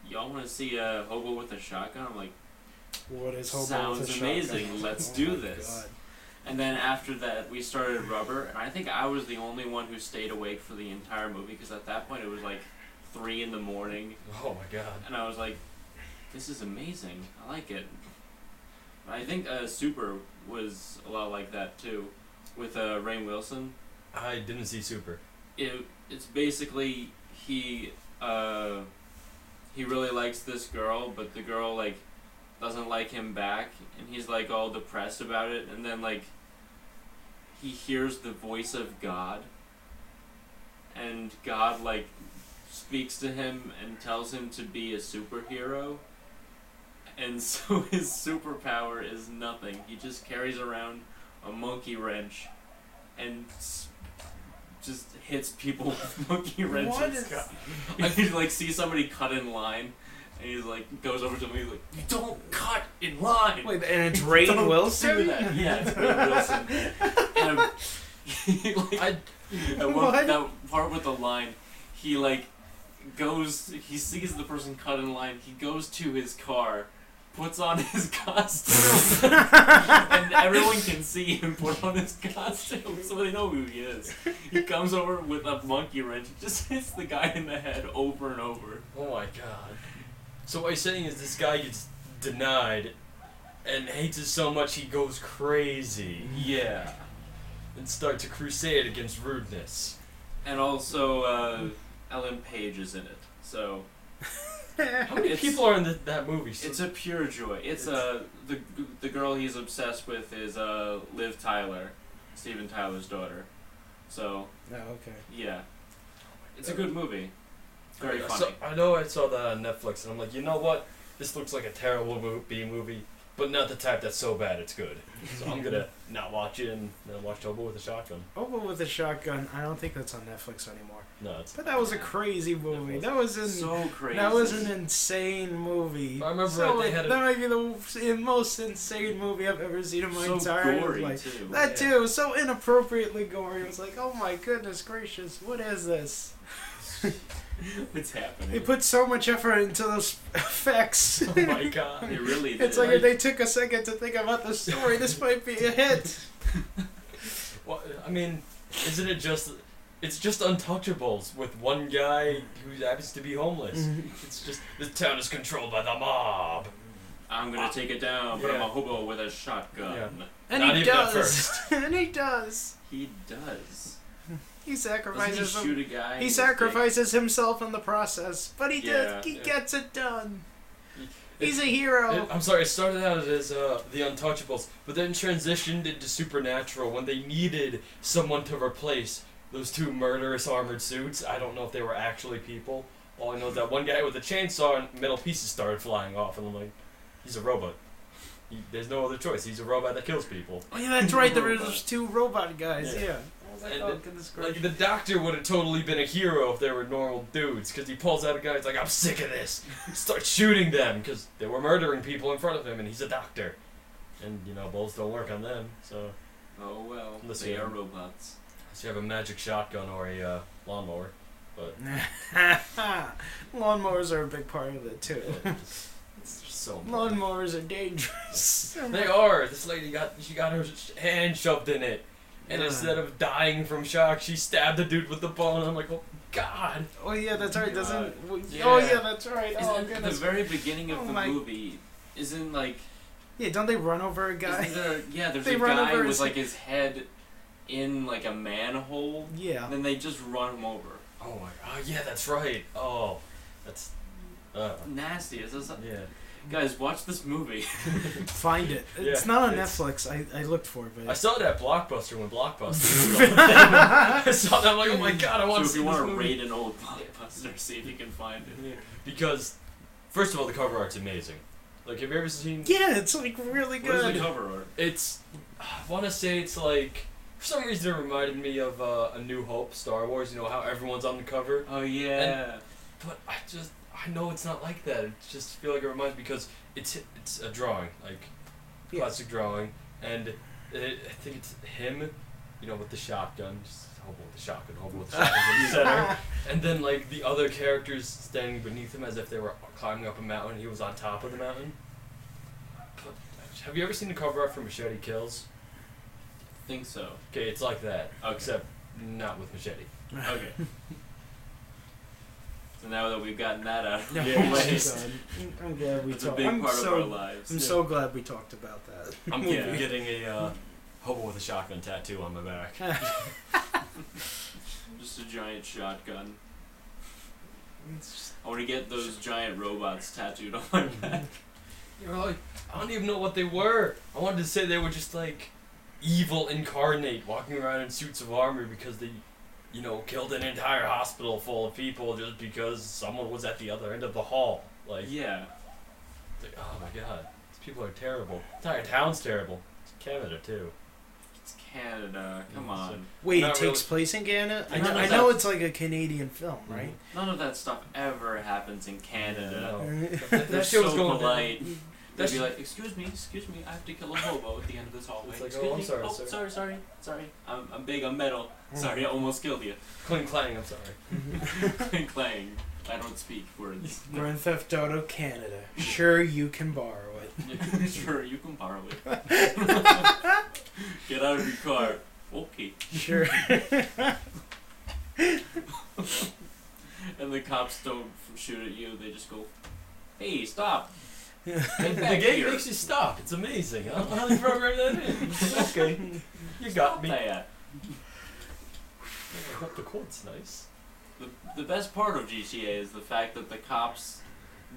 S3: "Y'all want to see a hobo with a shotgun?" I'm like,
S2: (laughs) what is Hobo with a
S3: "Sounds
S2: shotgun?
S3: amazing. Let's
S2: Oh
S3: do
S2: my
S3: this."
S2: God.
S3: And then after that, we started Rubber, and I think I was the only one who stayed awake for the entire movie because at that point it was like three in the morning,
S1: Oh my god.
S3: and I was like, "This is amazing. I like it." I think uh, Super was a lot like that too, with uh, Rain Wilson.
S1: I didn't see Super.
S3: It, it's basically he uh, he really likes this girl, but the girl like doesn't like him back, and he's like all depressed about it, and then like he hears the voice of God, and God like speaks to him and tells him to be a superhero. And (laughs) so his superpower is nothing. He just carries around a monkey wrench and s- just hits people with (laughs) monkey wrenches.
S2: What is- (laughs)
S3: I could like see somebody cut in line, and he's like goes over to me like, "You don't cut in line."
S2: Wait, and it's Rain
S3: Don't do
S2: Wilson?
S3: that. Yeah, it's Rainn Wilson. And I'm- (laughs) like,
S1: I,
S3: at one,
S2: What?
S3: that part with the line, he like goes. He sees the person cut in line. He goes to his car, puts on his costume, (laughs)
S2: (laughs)
S3: and everyone can see him put on his costume, so they know who he is. He comes over with a monkey wrench, just hits the guy in the head over and over.
S1: oh my god. So what you're saying is this guy gets denied and hates it so much he goes crazy
S3: Yeah.
S1: and starts a crusade against rudeness.
S3: And also, uh, Ellen Page is in it, so
S1: How many
S3: It's-
S1: people are in the, that movie?
S3: It's a pure joy. It's uh the the girl he's obsessed with is uh Liv Tyler, Steven Tyler's daughter. So
S2: No, Oh, okay.
S3: yeah, it's a good movie. Very
S1: I
S3: funny.
S1: saw- I know I saw that on Netflix, and I'm like, you know what? This looks like a terrible mo- B movie, but not the type that's so bad it's good. So I'm (laughs) gonna not watch it and then watch Hobo with a Shotgun.
S2: Hobo with a shotgun. I don't think that's on Netflix anymore.
S1: No, it's.
S2: But that was a crazy movie. That was in
S3: so crazy.
S2: That was an insane movie.
S1: I remember
S2: so,
S1: they had a-
S2: that might be the most insane movie I've ever seen in my
S3: so
S2: entire
S3: gory
S2: life.
S3: too.
S2: That
S1: Yeah.
S2: too, so inappropriately gory. It was like, oh my goodness gracious, what is this?
S3: (laughs) What's
S2: They
S3: happening?
S2: put so much effort into those (laughs)
S1: (laughs)
S2: effects.
S1: (laughs) Oh my god.
S3: They
S1: (laughs)
S3: really did.
S2: it's like if they took a second to think about the story, this might be a
S1: (laughs)
S2: hit.
S1: Well, I mean, isn't it just? It's just Untouchables with one guy who happens to be homeless.
S2: Mm.
S1: It's just this town is controlled by the mob.
S3: I'm gonna take it down, but I'm a
S1: Yeah.
S3: hobo with a shotgun.
S1: Yeah.
S2: And
S1: Not
S2: he
S1: even
S2: does.
S1: at
S2: (laughs)
S1: first.
S2: and he does.
S3: He does.
S2: He
S3: Doesn't he
S2: sacrifices him.
S3: shoot a guy? in
S2: He
S3: the
S2: sacrifices himself in the process, but he
S3: Yeah.
S2: does. He
S1: Yeah.
S2: gets it done.
S1: It-
S2: He's a
S1: It-
S2: hero.
S1: I'm sorry, it started out as uh, the Untouchables, but then transitioned into Supernatural when they needed someone to replace those two murderous armored suits. I don't know if they were actually people. All I know is that one guy with a chainsaw and metal pieces started flying off, and I'm like, he's a robot. He, there's no other choice. He's a robot that kills people.
S2: Oh, yeah, that's
S1: (laughs)
S2: right. There was
S3: Robot.
S2: two robot guys.
S1: Yeah.
S2: Yeah. I was like,
S1: And
S2: oh,
S1: it-
S2: goodness
S1: Like
S2: gracious.
S1: the doctor would have totally been a hero if they were normal dudes, because he pulls out a gun. He's like, "I'm sick of this." Start shooting them because they were murdering people in front of him, and he's a doctor. And you know, bullets don't work on them. So,
S3: Oh well,
S1: Listen.
S3: they are robots.
S2: Oh,
S1: so you have a magic shotgun or a uh, lawnmower. but
S2: (laughs) Lawnmowers are a big part of it too.
S1: yeah, it's, it's just so important.
S2: Lawnmowers are dangerous.
S1: They are. This lady got she got her sh- hand shoved in it, and
S2: Yeah.
S1: instead of dying from shock, she stabbed the dude with the bone. I'm like, oh God.
S2: Oh yeah, that's right. Doesn't?
S3: Yeah.
S2: Oh yeah, that's right. Oh
S3: Isn't at the
S2: goodness.
S3: very beginning of
S2: Oh
S3: the
S2: my-
S3: movie? Isn't like
S2: Yeah, don't they run over a guy?
S3: isn't there? Yeah, there's
S2: They
S3: a
S2: run
S3: guy
S2: over
S3: with
S2: his-
S3: like his head in like a manhole,
S2: (laughs) Yeah.
S3: and then they just run him over.
S1: Oh my. Oh yeah, that's right. Oh, that's. Uh,
S3: Nasty. It's just,
S1: yeah.
S3: guys, watch this movie.
S2: Find it.
S1: Yeah,
S2: It's not on
S1: it's-
S2: Netflix. I, I looked for it, but
S1: I saw that blockbuster when blockbuster. I saw that. I'm like, oh my God, I
S3: so
S1: want to
S3: if
S1: see
S3: you
S1: this
S3: want to
S1: movie.
S3: raid an old (laughs) blockbuster, see if you can find it.
S1: Yeah, Because, first of all, the cover art's amazing. Like, have you ever seen?
S2: yeah, it's like really
S3: What is the
S2: good.
S3: cover art?
S1: It's. I want to say it's like. For some reason, it reminded me of uh, A New Hope, Star Wars. You know how everyone's on the cover,
S3: Oh yeah.
S1: but I just I know it's not like that. It just feel like it reminds because it's it's a drawing, like
S2: Yeah.
S1: classic drawing, and it, I think it's him, you know, with the shotgun, just hobo with the shotgun, hobo with the shotgun in the center,
S3: (laughs)
S1: and then like the other characters standing beneath him as if they were climbing up a mountain. He was on top of the mountain. But have you ever seen the cover art for Machete Kills?
S3: think so.
S1: Okay, it's like that,
S3: Okay.
S1: except not with
S3: (laughs)
S1: machete.
S2: (laughs)
S1: (laughs)
S3: Okay. so now that we've gotten that out of the
S2: Yeah,
S1: Yeah.
S2: my
S3: way,
S2: God. I'm glad we
S3: it's a
S2: talked.
S3: big
S2: I'm
S3: part
S2: so
S3: of our lives.
S2: I'm so glad we talked about that. (laughs)
S1: I'm
S3: Yeah.
S1: getting- getting a uh, hobo with a shotgun tattoo on my back.
S3: Just a giant shotgun.
S2: It's just-
S3: I want to get those giant robots tattooed on my back. (laughs)
S1: You're like, I don't even know what they were. I wanted to say they were just like evil incarnate walking around in suits of armor because they, you know, killed an entire hospital full of people just because someone was at the other end of the hall. Like,
S3: yeah.
S1: it's like, oh my god, these people are terrible. Entire town's terrible. It's Canada too.
S3: It's Canada. Come on.
S2: Wait,
S1: Not
S2: it
S1: really.
S2: takes place in Canada. I
S1: I
S2: know,
S1: know
S2: I
S1: that.
S2: know it's like a Canadian film, right?
S3: None of that stuff ever happens in Canada.
S1: No.
S2: (laughs)
S3: They're
S1: That
S3: so
S1: shit was going down. Mm-hmm.
S3: polite. They'd
S1: That
S3: be
S1: shit-
S3: like, "Excuse me, excuse me, I have to kill a hobo at the end of this hallway."
S1: It's like,
S3: excuse
S1: "Oh, I'm
S3: me.
S1: sorry,
S3: oh,
S1: sir." Mm-hmm.
S3: sorry, sorry, sorry. I'm, I'm big. I'm metal.
S2: (laughs)
S3: Sorry, (laughs) I almost killed you.
S1: Cling clang. I'm sorry.
S3: Clang, (laughs) clang. I don't speak
S2: (laughs)
S3: words. (laughs)
S2: Grand Theft Auto Canada. Sure, you can borrow it.
S3: sure, you can borrow it.
S2: (laughs)
S3: Get out of your car. Okay.
S2: Sure.
S3: (laughs) And the cops don't shoot at you. They just go, "Hey,
S2: (laughs)
S3: stop!
S1: The
S3: Get back
S1: game
S3: here.
S1: makes you stop. It's amazing. I don't know how they programmed that in. okay, you got me.
S3: Hey, uh,
S1: I hope the court's nice.
S3: The, the best part of GTA is the fact that the cops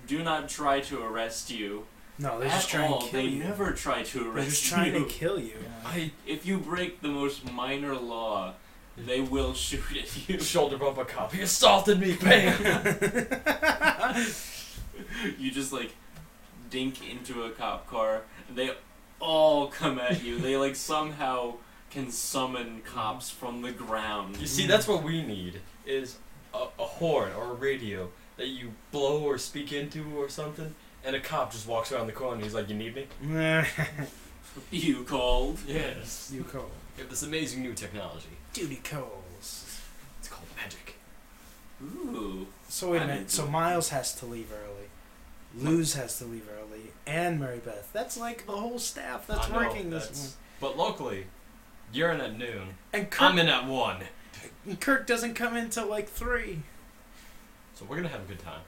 S3: do not try to arrest you
S2: No, Oh, they're
S3: at
S2: just trying
S3: all.
S2: to kill
S3: they
S2: you.
S3: never try to
S2: They're
S3: arrest
S2: just trying
S3: you.
S2: to kill you.
S1: I
S3: if you break the most minor law, they will shoot at
S2: (laughs)
S3: you.
S1: shoulder bump a cop. He assaulted me. Bam.
S3: You just like dink into a cop car. And they all come at you. they like somehow can summon cops from the
S1: you
S3: ground.
S1: see, that's what we need is a, a horn or a radio that you blow or speak into or something, and a cop just walks around the corner. and He's like, "You need me?"
S3: You called.
S1: Yes.
S2: you cold.
S1: We have this amazing new technology.
S2: Duty calls.
S1: It's called magic.
S3: Ooh.
S2: So wait a
S3: I
S2: minute.
S3: didn't
S2: So
S3: do it.
S2: Miles has to leave early. Luz has to leave early, and Mary Beth. That's like the whole staff that's
S1: I know,
S2: working this
S1: that's-
S2: one.
S1: But locally, you're in at noon.
S2: And Kirk,
S1: I'm in at one.
S2: and Kirk doesn't come in till like three.
S1: So we're gonna have a good time.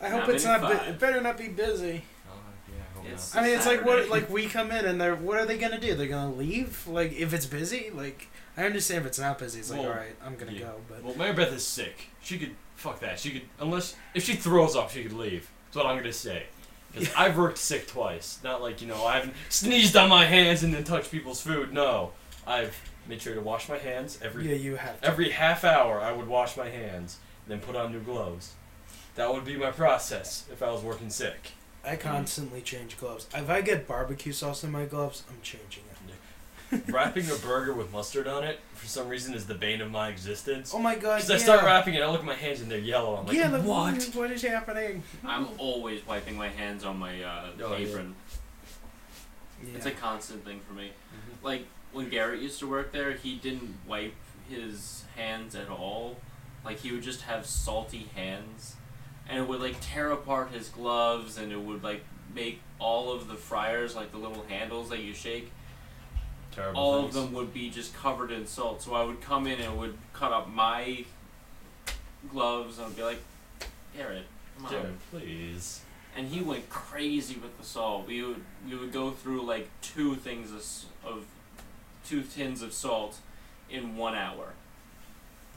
S2: I hope
S3: Not
S2: it's
S3: many
S2: not. Bu-
S3: five.
S2: it better not be busy.
S1: Oh yeah, I hope
S3: It's-
S1: not.
S2: I mean, it's like what
S3: Saturday.
S2: like we come in and they're what are they gonna do? They're gonna leave? Like if it's busy, like I understand if it's not busy, it's like
S1: Well,
S2: all right, I'm gonna
S1: yeah.
S2: go. But
S1: Well, Mary Beth is sick. She could fuck that. She could unless if she throws up, she could leave. That's what I'm gonna say.
S2: (laughs)
S1: Because I've worked sick twice. Not like you know I haven't sneezed on my hands and then touched people's food. No, I've made sure to wash my hands every
S2: yeah, you have. To.
S1: every half hour. I would wash my hands, then put on new gloves. That would be my process if I was
S2: (laughs)
S1: working sick.
S2: I constantly change gloves. If I get barbecue sauce in my gloves, I'm changing it.
S1: wrapping a burger with mustard on it for some reason is the bane of my existence.
S2: Oh my god!
S1: Because
S2: Yeah.
S1: I start wrapping it, I look at my hands and they're yellow. I'm like,
S2: yeah, like,
S1: what?
S2: (laughs) What is happening?
S3: I'm always wiping my hands on my uh,
S1: Oh, yeah.
S3: apron.
S2: Yeah.
S3: It's a constant thing for me.
S1: "Mm-hmm.
S3: Like when Garrett used to work there, he didn't wipe his hands at all Like he would just have salty hands, and it would like tear apart his gloves, and it would like make all of the fryers, like the little handles that you shake,
S1: Terrible.
S3: all
S1: things.
S3: of them would be just covered in salt. So I would come in and would cut up my gloves and I'd be like, Garrett, come on.
S1: Jared, please.
S3: And he went crazy with the salt. We would we would go through like two things of, s- of two tins of salt in one hour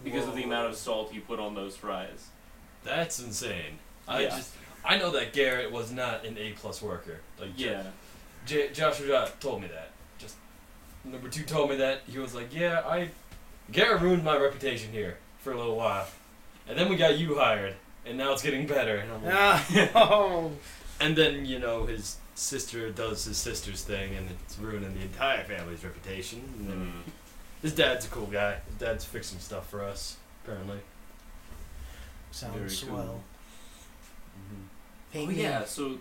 S3: because of the
S2: Whoa.
S3: amount of salt he put on those fries.
S1: That's insane. I
S3: Yeah.
S1: just I know that Garrett was not an A plus worker. Like Jo-
S3: Yeah.
S1: J- Joshua Jott told me that. Just number two told me that he was like, yeah, I Garrett ruined my reputation here for a little while, and then we got you hired, and now it's getting better. And I'm like, (laughs)
S2: oh.
S1: and then you know his sister does his sister's thing, and it's ruining the entire family's reputation. And then
S3: Mm-hmm.
S1: his dad's a cool guy. His dad's fixing stuff for us apparently.
S2: Sounds
S3: Very cool.
S2: swell.
S3: Oh yeah, so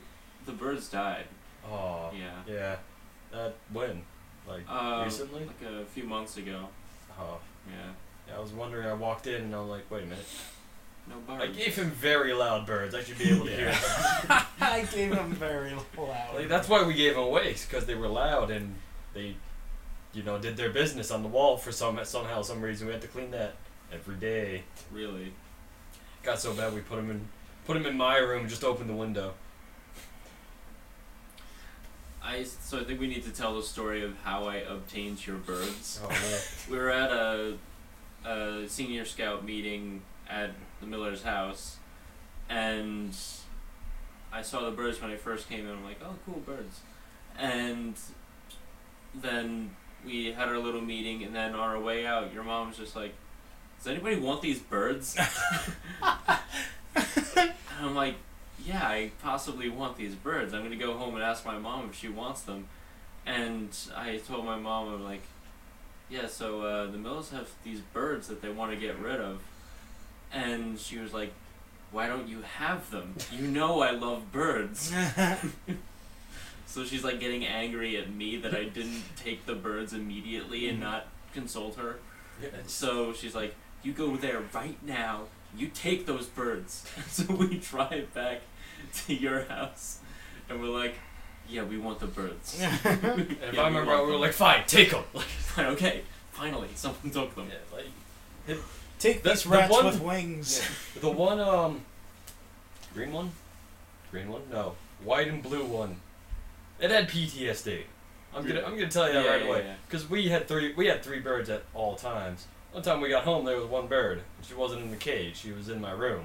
S3: the birds died.
S1: Oh
S3: Yeah.
S1: yeah, that when like
S3: Uh,
S1: recently.
S3: Like a few months ago.
S1: Oh,
S3: Yeah.
S1: yeah, I was wondering. I walked in and I was like, wait a minute.
S3: No
S1: I
S3: birds.
S1: gave him very loud birds. I should be able to hear. Them.
S2: (laughs) I gave him very loud.
S1: Like, that's why we gave him wakes because they were loud and they, you know, did their business on the wall for some somehow some reason. We had to clean that every day.
S3: Really.
S1: Got so bad we put him in put him in my room. Just opened the window.
S3: I so I think we need to tell the story of how I obtained your birds.
S1: Oh (laughs) man.
S3: We were at a, a senior scout meeting at the Miller's house, and I saw the birds when I first came in. I'm like, oh, cool birds, and then we had our little meeting, and then on our way out, your mom was just like, does anybody want these birds? And I'm like, yeah, I possibly want these birds. I'm gonna go home and ask my mom if she wants them. And I told my mom, I'm like, yeah, so uh, the Mills have these birds that they want to get rid of. And she was like, why don't you have them? You know I love birds. So she's like getting angry at me that I didn't take the birds immediately and
S1: Mm-hmm.
S3: not consult her. So she's like, "You go there right now. You take those birds." (laughs) so we drive back to your house, and we're like, "Yeah, we want the birds."
S1: And
S3: (laughs)
S1: if
S3: Yeah,
S1: I
S3: we
S1: remember,
S3: want
S1: right, we were
S3: them.
S1: like, fine, take (laughs) him. Like,
S3: (laughs) okay, finally, someone took them.
S1: yeah, like
S2: (laughs) Take
S1: That's
S2: these
S1: the
S2: rats
S1: one-
S2: with wings.
S1: The one, um, green one, green one, no, white and blue one. It had PTSD. I'm gonna, I'm gonna tell you that
S3: Yeah,
S1: Oh, right
S3: yeah,
S1: away.
S3: yeah.
S1: Because we had three, we had three birds at all times. One time we got home, there was one bird. She wasn't in the cage. She was in my room.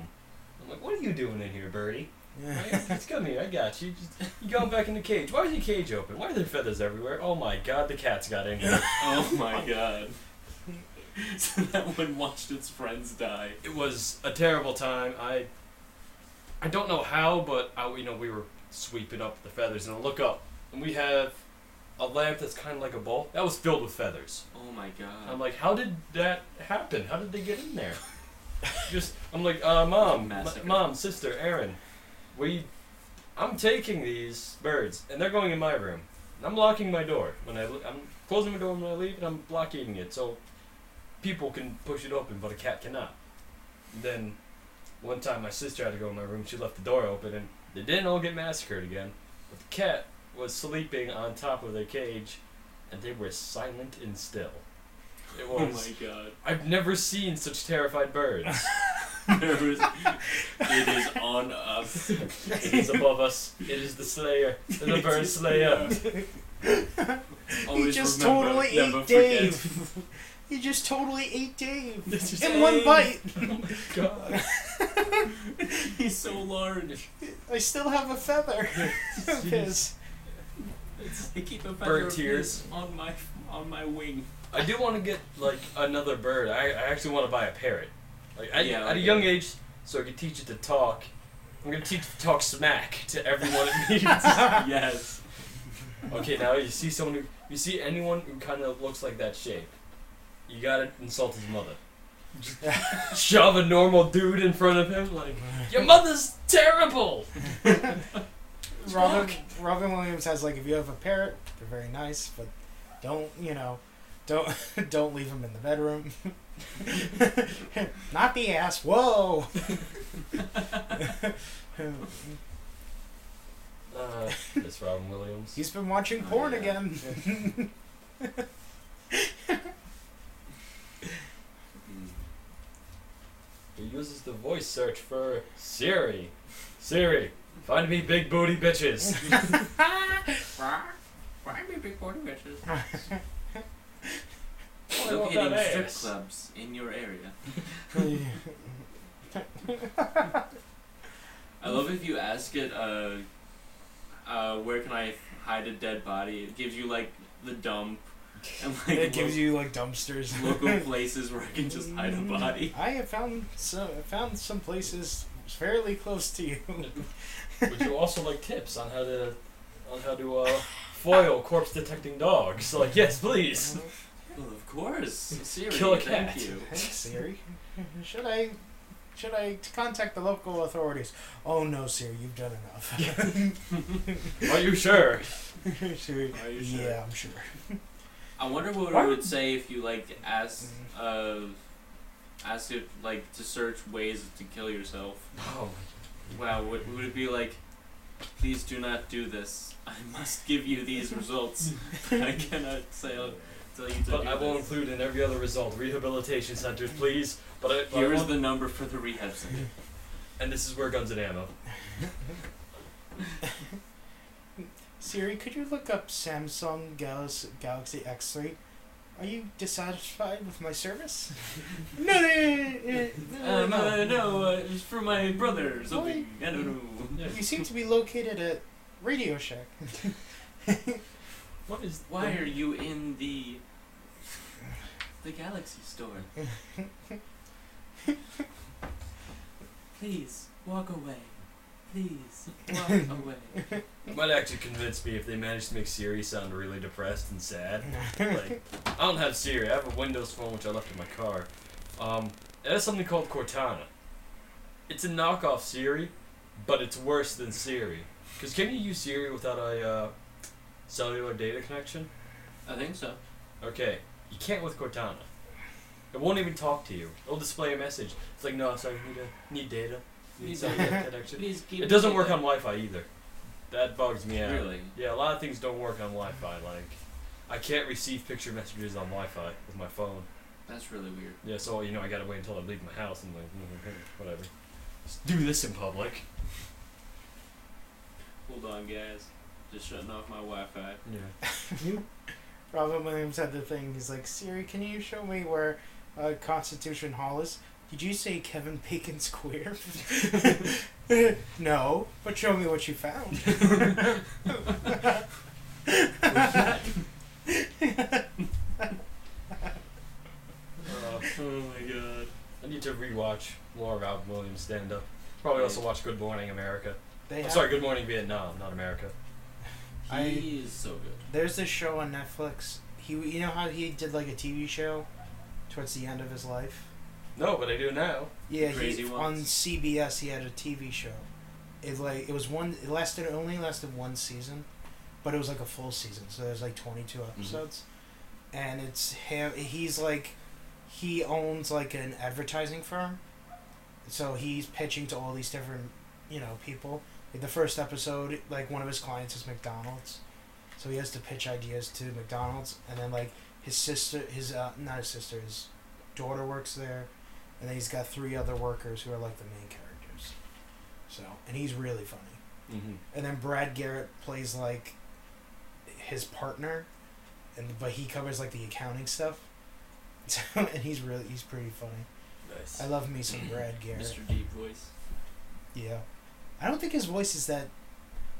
S1: I'm like, what are you doing in here, birdie?
S2: (laughs)
S1: It's come here. I got you. Just, you going back in the cage? Why is the cage open? Why are there feathers everywhere? Oh my God, the cat's got in here.
S3: Oh
S1: (laughs)
S3: my god. (laughs) so that one watched its friends die.
S1: it was a terrible time. I I don't know how, but I, you know we were sweeping up the feathers, and I look up, and we have a lamp that's kind of like a bowl that was filled with feathers.
S3: Oh my god.
S1: I'm like, how did that happen? How did they get in there? Just I'm like, uh, mom, m-
S3: Massacre.
S1: mom, sister, Aaron, we, I'm taking these birds, and they're going in my room. And I'm locking my door when I l- I'm closing my door when I leave, and I'm blocking it so people can push it open, but a cat cannot. Then one time my sister had to go in my room. She left the door open, and they didn't all get massacred again. But the cat was sleeping on top of their cage, and they were silent and still. It
S3: oh
S1: was.
S3: my god.
S1: I've never seen such terrified birds.
S3: (laughs) There was, it is on us.
S1: it is above us. It is the Slayer, the bird Slayer.
S2: he
S3: Always
S2: just
S3: remember,
S2: totally
S3: never
S2: ate
S3: forget. (laughs)
S2: Dave. (laughs) he just totally ate Dave
S1: This is
S2: in one
S1: Dave.
S2: bite.
S1: God.
S3: Oh (laughs) He's so large.
S2: I still have a feather of his.
S3: I keep a feather
S1: Bird
S3: of
S1: tears.
S3: his on my on my wing.
S1: I do want to get like another bird. I, I actually want to buy a parrot. Like at,
S3: Yeah,
S1: at
S3: like
S1: a
S3: a-
S1: young age, so I can teach it to talk. I'm gonna teach it to talk smack to everyone it meets.
S3: yes.
S1: okay, now you see someone who you see anyone who kind of looks like that shape, you gotta insult his mother. Shove a normal dude in front of him like your mother's terrible.
S2: Robin, Robin Williams has like if you have a parrot, they're very nice, but (laughs) don't you know, don't don't leave them in the bedroom. Not (laughs) not the ass.
S3: (laughs)
S2: Whoa. (laughs)
S1: Uh, it's Robin Williams.
S2: He's been watching
S3: Oh,
S2: porn
S3: yeah.
S2: again.
S1: He uses the voice search for Siri. Siri, find me big booty bitches.
S3: Why are we big forty bitches?
S1: Only want that
S3: Locating strip
S1: ass.
S3: clubs in your area. I love if you ask it, uh, uh, where can I hide a dead body? It gives you like the dump and
S2: (laughs)
S3: like
S2: it gives you like dumpsters.
S3: lo-
S2: (laughs)
S1: (laughs)
S3: local places where I can just hide
S1: Mm.
S3: a body.
S2: Mm, I have found some found some places fairly close to
S3: (laughs)
S2: you.
S1: (laughs) Would you also like tips on how to on how to uh, foil corpse detecting dogs? Like yes, please.
S3: Well, of course, Siri.
S1: Kill a
S3: thank
S1: cat.
S3: you.
S2: Uh, Hey Siri, should I should I contact the local authorities? Oh no, Siri, you've
S3: (laughs)
S2: done enough. (laughs)
S1: Are you (laughs) sure?
S2: Siri,
S3: Are you sure?
S2: Yeah, I'm sure.
S3: I wonder what it
S1: Why would- Mm-hmm.
S3: would say if you like asked, uh, asked it like to search ways to kill yourself.
S1: Oh,
S3: Wow, would, would it be like, please do not do this. I must give you these results. (laughs) I cannot say I'll tell you to
S1: but
S3: do
S1: I will
S3: this.
S1: include in every other result rehabilitation centers, please. But I, but I
S3: Here is
S1: want-
S3: the number for the rehab center.
S1: and this is where guns and ammo.
S2: Siri, could you look up Samsung Galaxy, Galaxy X3? Are you dissatisfied with my
S3: (laughs)
S2: service? no, no, no, no,
S3: Um, uh, no, uh, it's for my brother or something. I don't know.
S1: Yeah.
S2: You seem to be located at
S3: (laughs)
S2: Radio Shack.
S1: What is
S3: Why are you in the the Galaxy store? Please walk away. Please
S1: (laughs)
S3: walk away.
S1: It might actually convince me if they manage to make Siri sound really depressed and sad. Like, (laughs) I don't have Siri. I have a Windows phone which I left in my car. Um, it has something called Cortana. It's a knockoff Siri, but it's worse than Siri. Because can you use Siri without a uh, cellular data connection?
S3: I think so.
S1: Okay, you can't with Cortana. It won't even talk to you. It'll display a message. It's like, no, sorry, need, a, need data. Need
S3: Need
S1: cellular
S3: (laughs)
S1: connection.
S3: Please keep
S1: It doesn't work on Wi-Fi either. That bugs me out.
S3: Really?
S1: Yeah, a lot of things don't work on Wi-Fi. Like, I can't receive picture messages on Wi-Fi with my phone.
S3: That's really weird.
S1: Yeah, so you know I gotta wait until I leave my house and like mm-hmm, whatever. Just do this in public.
S3: Hold on, guys. Just shutting off my Wi-Fi.
S1: Yeah.
S2: Robin Williams had the thing. He's like, Siri, can you show me where uh, Constitution Hall is? Did you say Kevin Bacon Square? (laughs) no, but show me what you found.
S1: Uh,
S3: Oh my god.
S1: I need to rewatch more Robin Williams stand-up. Probably also watch Good Morning America.
S2: They
S1: I'm
S2: have-
S1: sorry, Good Morning Vietnam, not America.
S2: I-
S3: He is so good.
S2: There's this show on Netflix. He, you know how he did like a TV show towards the end of his life.
S1: No, but I do now.
S2: Yeah,
S3: Crazy
S2: he, on
S3: Ones.
S2: CBS he had a TV show. It like it was one. It lasted it only lasted one season, but it was like a full season. So there's like 22 episodes, and it's him. He's like, he owns like an advertising firm, so he's pitching to all these different, you know, people. Like the first episode, like one of his clients is McDonald's, so he has to pitch ideas to McDonald's, and then like his sister, his uh, not his sister, his daughter works there, and then he's got three other workers who are like the main characters. So and he's really funny.
S1: Mm-hmm.
S2: And then Brad Garrett plays like his partner, and but he covers like the accounting stuff. (laughs) So and he's really he's pretty funny.
S1: Nice.
S2: I love
S3: (clears throat)
S2: me some Brad Garrett.
S3: Mr. Deep Voice.
S2: Yeah, I don't think his voice is that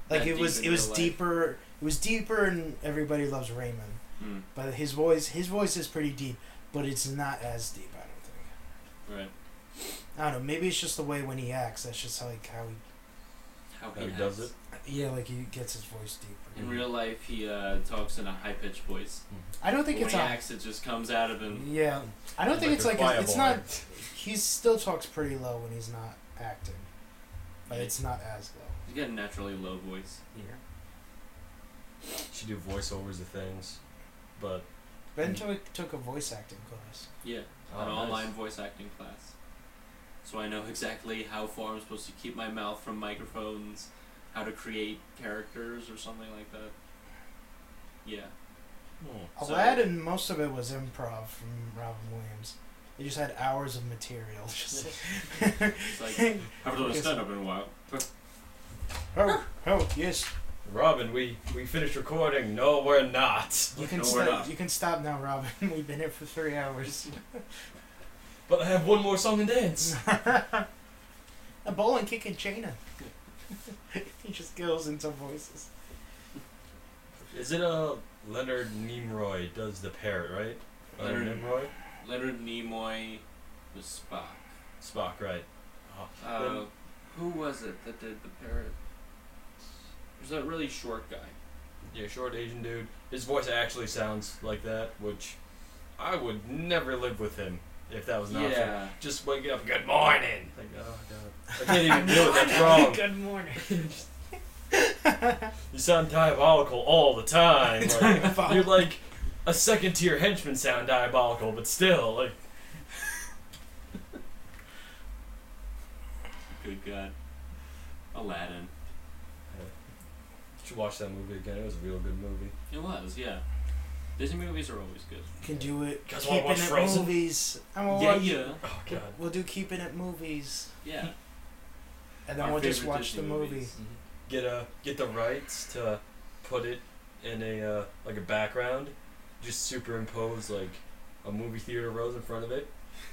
S2: like
S3: That
S2: it
S3: deep
S2: was.
S3: in
S2: It was
S3: real life.
S2: deeper. It was deeper, and everybody loves Raymond.
S3: Hmm.
S2: But his voice, his voice is pretty deep, but it's not as deep. I don't think.
S3: Right.
S2: I don't know. Maybe it's just the way when he acts. That's just like how
S3: How
S1: How
S3: he
S1: he does
S3: acts.
S2: he. Yeah, like he gets his voice deeper.
S3: In real life, he uh, talks in a high pitched voice.
S1: mm-hmm.
S2: I don't think
S3: when
S2: it's
S3: he
S2: a.
S3: acts, it just comes out of him.
S2: Yeah, I don't think it's like a, it's not.
S1: pliable.
S2: He still talks pretty low when he's not acting,
S1: Mm-hmm.
S2: but it's not as low.
S3: He's got a naturally low voice.
S1: Should do voiceovers of things, but
S2: Ben took, took a voice acting class.
S3: Yeah.
S1: Oh,
S3: An
S1: nice.
S3: online voice acting class. so I know exactly how far I'm supposed to keep my mouth from microphones, how to create characters or something like that. Yeah.
S1: hmm.
S3: So-
S2: Aladdin, most of it was improv from Robin Williams. They just had hours of material. (laughs) Just
S3: (laughs) It's
S1: (laughs)
S3: like, haven't done a stand up in a while.
S2: oh, oh, yes.
S1: Robin, we, we finished recording. No, we're not.
S2: You can
S3: No, we're
S2: stop.
S3: not.
S2: You can stop now, Robin. (laughs) We've been here for three hours.
S1: But I have one more song and dance.
S2: A bowling kick in China. (laughs) he just goes into voices.
S1: Is it a Leonard Nimoy does the parrot, right? Leonard
S3: Leonard-
S1: Nimoy?
S3: Leonard Nimoy was Spock.
S1: Spock, right. Oh,
S3: Uh, who was it that did the parrot? It was that really short guy.
S1: yeah, short Asian dude. His voice actually sounds like that, which I would never live with him if that was an option.
S3: yeah.
S1: Just waking up, good morning. Like, oh god, I can't (laughs) even do it. That's
S2: (laughs)
S1: wrong.
S2: Good morning.
S1: You sound diabolical all the
S2: (laughs)
S1: time. (laughs) Like,
S2: Diabolical.
S1: you're like a second tier henchman sound diabolical, but still, like,
S3: Good God. Aladdin.
S1: you should watch that movie again. It was a real good movie.
S3: It was, yeah. Disney movies are always good.
S2: Can do it.
S1: Guys wanna
S2: keeping
S1: watch
S2: it
S1: Frozen?
S2: movies. And we'll
S3: Yeah,
S2: watch-
S3: yeah.
S1: Oh god.
S2: We'll do keeping it movies,
S3: (laughs) Yeah.
S2: and then
S3: Our
S2: we'll just
S3: favorite
S2: watch
S3: Disney
S2: the movie.
S3: movies.
S1: Get uh, get the rights to put it in a uh, like a background. Just superimpose like a movie theater rose in front of it,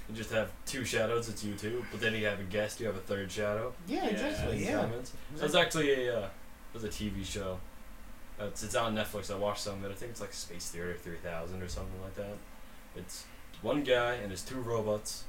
S1: and just have two shadows. It's you two, but then you have a guest. You have a third shadow.
S2: Yeah,
S3: Yeah.
S2: exactly.
S1: Any
S2: Yeah.
S1: comments? There's actually a uh, there's a TV show. Uh, It's, it's on Netflix. I watched some of it. I think it's like Space Theater 3000 or something like that. It's one guy and his two robots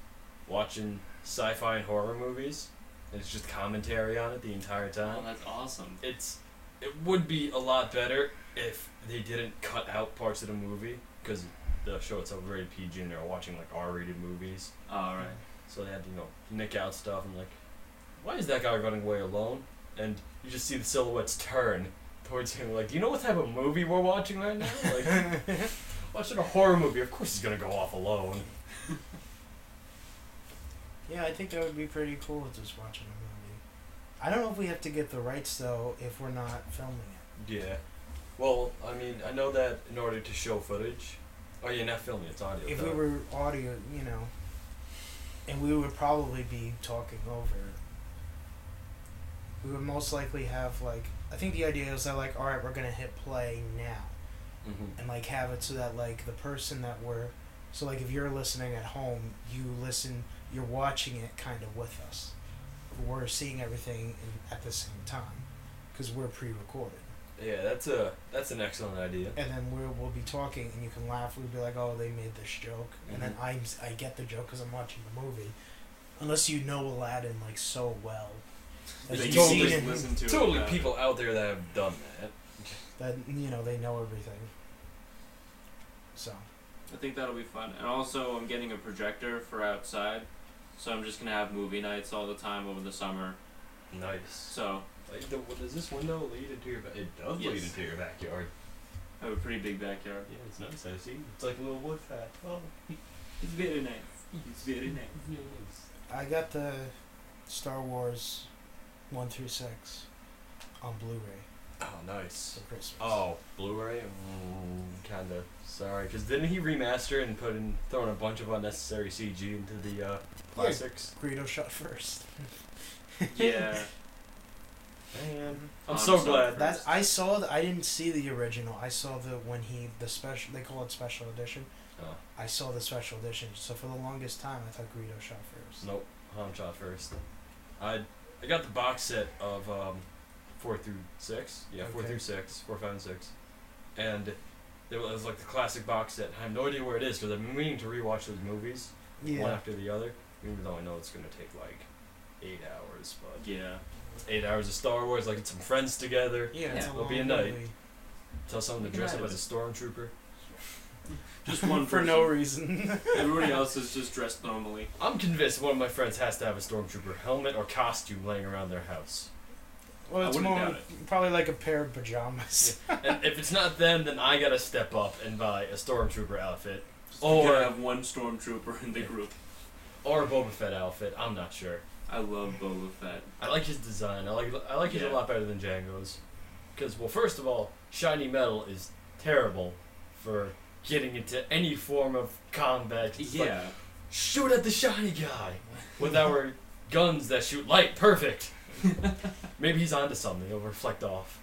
S1: watching sci-fi and horror movies, and it's just commentary on it the entire
S3: Oh,
S1: time.
S3: that's awesome.
S1: It's it would be a lot better if they didn't cut out parts of the movie because the show itself is rated PG and they're watching like R-rated movies.
S3: All right.
S1: So they had to, you know, nick out stuff. I'm like, why is that guy running away alone? And you just see the silhouettes turn towards him. Like, do you know what type of movie we're watching right (laughs) now? Like, watching a horror movie. Of course he's gonna go off alone.
S2: Yeah, I think that would be pretty cool just watching a movie. I don't know if we have to get the rights though if we're not filming it.
S1: Yeah. Well, I mean, I know that in order to show footage. Oh, yeah, not filming. It's audio.
S2: If
S1: though.
S2: we were audio, you know, and we would probably be talking over. it. We would most likely have like I think the idea is that like all right we're gonna hit play now
S1: Mhm.
S2: and like have it so that like the person that we're so like if you're listening at home you listen you're watching it kind of with us. We're seeing everything in, at the same time because we're pre-recorded.
S1: Yeah, that's a that's an excellent idea.
S2: and then we'll, we'll be talking and you can laugh we'll be like oh they made this joke and then I'm, i get the joke because i'm watching the movie unless you know aladdin like so well that
S1: It's
S2: you've
S1: totally-
S2: seen it,
S3: listen to it uh,
S1: Totally,
S3: without-
S1: people out there that have done that.
S2: that you know they know everything so
S3: I think that'll be fun. And also, I'm getting a projector for outside, so I'm just gonna have movie nights all the time over the summer.
S1: Nice.
S3: So
S1: Like, the, does this window lead into your? Ba- it does lead
S3: Yes.
S1: into your backyard.
S3: I have a pretty big backyard.
S1: Yeah, it's nice. I see. It's like a little wood fat. Oh,
S3: It's very nice. It's very nice.
S2: i got the star wars 1 through 6 on blu-ray
S1: Oh,
S2: for
S1: nice.
S2: christmas
S1: Oh, Blu-ray. Mm, kind of sorry, because didn't he remaster and put in throwing a bunch of unnecessary CG into the uh, plastics?
S2: Greedo shot first.
S3: (laughs) Yeah.
S1: Man, Mm-hmm. I'm
S3: I'm
S1: so
S3: so
S1: glad.
S3: proud.
S2: That I saw. The, I didn't see the original. I saw the when he the special. They call it special edition.
S1: Oh,
S2: I saw the special edition, so for the longest time I thought Greedo shot first.
S1: nope, home shot first. I I got the box set of um, four through six. Yeah, four
S2: Okay.
S1: through six, four, five, and six, and it was like the classic box set. I have no idea where it is because I've been meaning to rewatch those movies. one
S2: Yeah.
S1: after the other. Even though I know it's gonna take like eight hours, but
S3: Yeah.
S1: eight hours of Star Wars, like get some friends together,
S3: it's
S2: a
S1: it'll be
S2: long
S1: a night.
S2: movie.
S1: tell someone to
S3: Yeah,
S1: dress up
S3: it
S1: as a
S3: is.
S1: stormtrooper. (laughs)
S3: Just one
S2: for no reason. (laughs)
S3: Everybody else is just dressed normally.
S1: I'm convinced one of my friends has to have a stormtrooper helmet or costume laying around their house.
S2: well,
S3: I
S2: it's
S3: wouldn't
S2: more
S3: doubt
S2: probably like a pair of pajamas.
S1: and if it's not them, then I gotta step up and buy a stormtrooper outfit.
S3: you
S1: Or
S3: gotta have one stormtrooper in the group.
S1: or a Boba Fett outfit. I'm not sure.
S3: I love Boba Fett.
S1: I like his design. I like I like his
S3: Yeah.
S1: a lot better than Django's. Because well, first of all, shiny metal is terrible for getting into any form of combat. 'Cause it's like,
S3: yeah.
S1: shoot at the shiny guy with our guns that shoot light. Perfect. (laughs) Maybe he's onto something. It'll reflect off.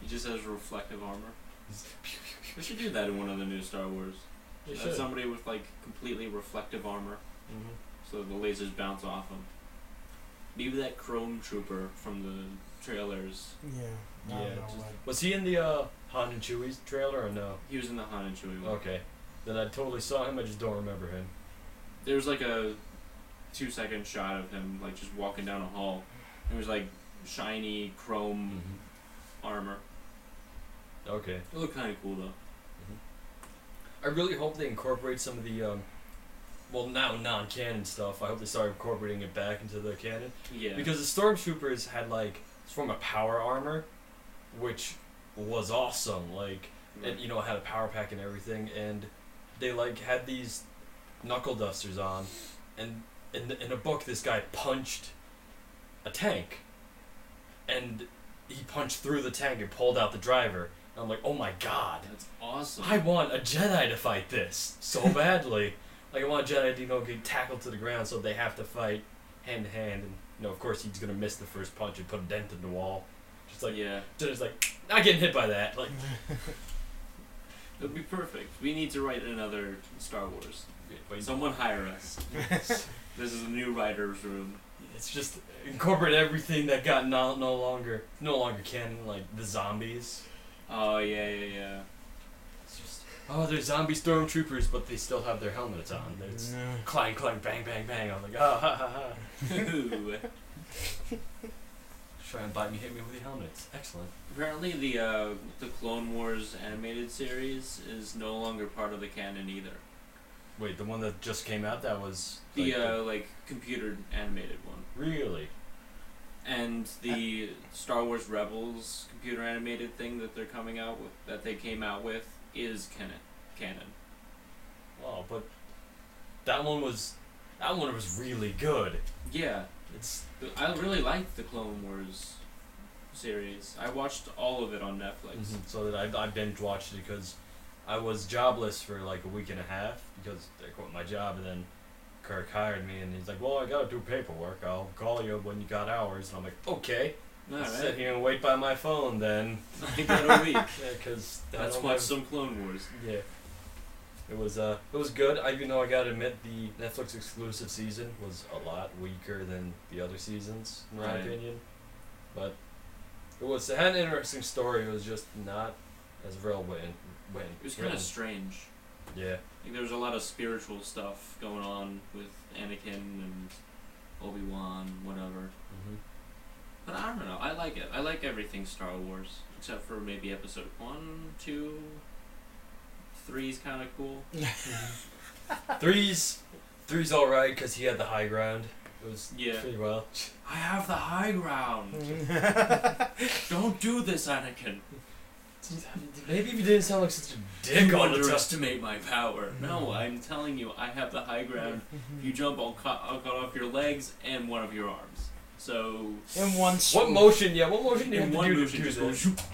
S3: He just has reflective armor.
S1: (laughs)
S3: They should do that in one of the new Star Wars.
S1: They
S3: Have
S1: should.
S3: somebody with like completely reflective armor,
S1: Mhm.
S3: so the lasers bounce off him. Maybe that Chrome Trooper from the trailers.
S2: (laughs) Yeah. I
S1: Yeah,
S2: don't know
S1: just-
S2: what.
S1: Was he in the uh, Han and Chewie's trailer or no?
S3: He was in the Han and Chewie one.
S1: Okay. Then I totally saw him. I just don't remember him.
S3: There was like a two second shot of him like just walking down a hall. It was like shiny chrome
S1: Mm-hmm.
S3: armor.
S1: Okay.
S3: It looked kind of cool though.
S1: Mm-hmm. I really hope they incorporate some of the, um, well, now non-canon stuff. I hope they start incorporating it back into the canon
S3: Yeah.
S1: because the stormtroopers had like this form of power armor, which was awesome. Like it, you know, had a power pack and everything, and they like had these knuckle dusters on, and in the, in a book, this guy punched a tank, and he punched through the tank and pulled out the driver. And I'm like, oh my god.
S3: That's
S1: (laughs)
S3: awesome.
S1: I want a Jedi to fight this so badly. like I want a Jedi to you know, get tackled to the ground, so they have to fight hand to hand. And you know, of course, he's gonna miss the first punch and put a dent in the wall. Just like
S3: yeah.
S1: Jedi's like not getting hit by that. Like
S3: It'd be perfect. We need to write another Star Wars.
S1: but he's-
S3: Someone hire
S1: (laughs)
S3: us. this is the new writer's room.
S1: it's just incorporate everything that got no, no longer no longer canon, like the zombies.
S3: Oh yeah, yeah, yeah.
S1: It's just (laughs) oh, they're zombie stormtroopers, but they still have their helmets on. It's
S2: Yeah.
S1: clang clang bang bang bang. I'm like ah ha ha ha.
S3: Ooh.
S1: Try and bite me, hit me with the helmets. Excellent.
S3: (laughs) Apparently, the uh, the Clone Wars animated series is no longer part of the canon either.
S1: Wait, the one that just came out that was
S3: The
S1: like,
S3: uh, like computer animated one,
S1: really
S3: and the Star Wars Rebels computer animated thing that they're coming out with, that they came out with, is canon. Canon.
S1: wow, Oh, but that one was that one was really good.
S3: Yeah,
S1: It's
S3: th- I really liked the Clone Wars series. I watched all of it on Netflix.
S1: so that I, I binge watched it because I was jobless for like a week and a half because I quit my job and then Kirk hired me and he's like, well, I gotta do paperwork. I'll call you when you got hours, and I'm like, okay,
S3: All
S1: I'll sit
S3: right, (laughs)
S1: here and wait by my phone then.
S3: I got a week.
S1: Yeah, because
S3: Let's watch some Clone Wars.
S1: Yeah. It was uh it was good. I even though I gotta admit the Netflix exclusive season was a lot weaker than the other seasons, in my
S3: Right.
S1: opinion. But it was it had an interesting story, it was just not as real win win.
S3: It was kind of strange.
S1: Yeah.
S3: Like there was a lot of spiritual stuff going on with Anakin and Obi Wan, whatever.
S1: Mm-hmm.
S3: But I don't know. I like it. I like everything Star Wars, except for maybe Episode one, two, three's kind of cool.
S1: Three's three's alright because he had the high ground. It was
S3: Yeah.
S1: pretty
S3: (laughs)
S1: well.
S3: I have the high
S2: (laughs)
S3: ground.
S1: (laughs)
S3: Don't do this, Anakin.
S1: Maybe if you didn't sound like such a dick
S3: You
S1: all the
S3: (laughs)
S1: time.
S3: underestimate my power. No, I'm telling you, I have the high ground. If you jump, I'll cut, I'll cut off your legs and one of your arms. So
S2: In one
S1: What
S2: swoop.
S1: motion? Yeah, what motion do
S3: in
S1: you have to
S3: one
S1: do
S3: motion,
S1: to do
S3: just go
S1: this?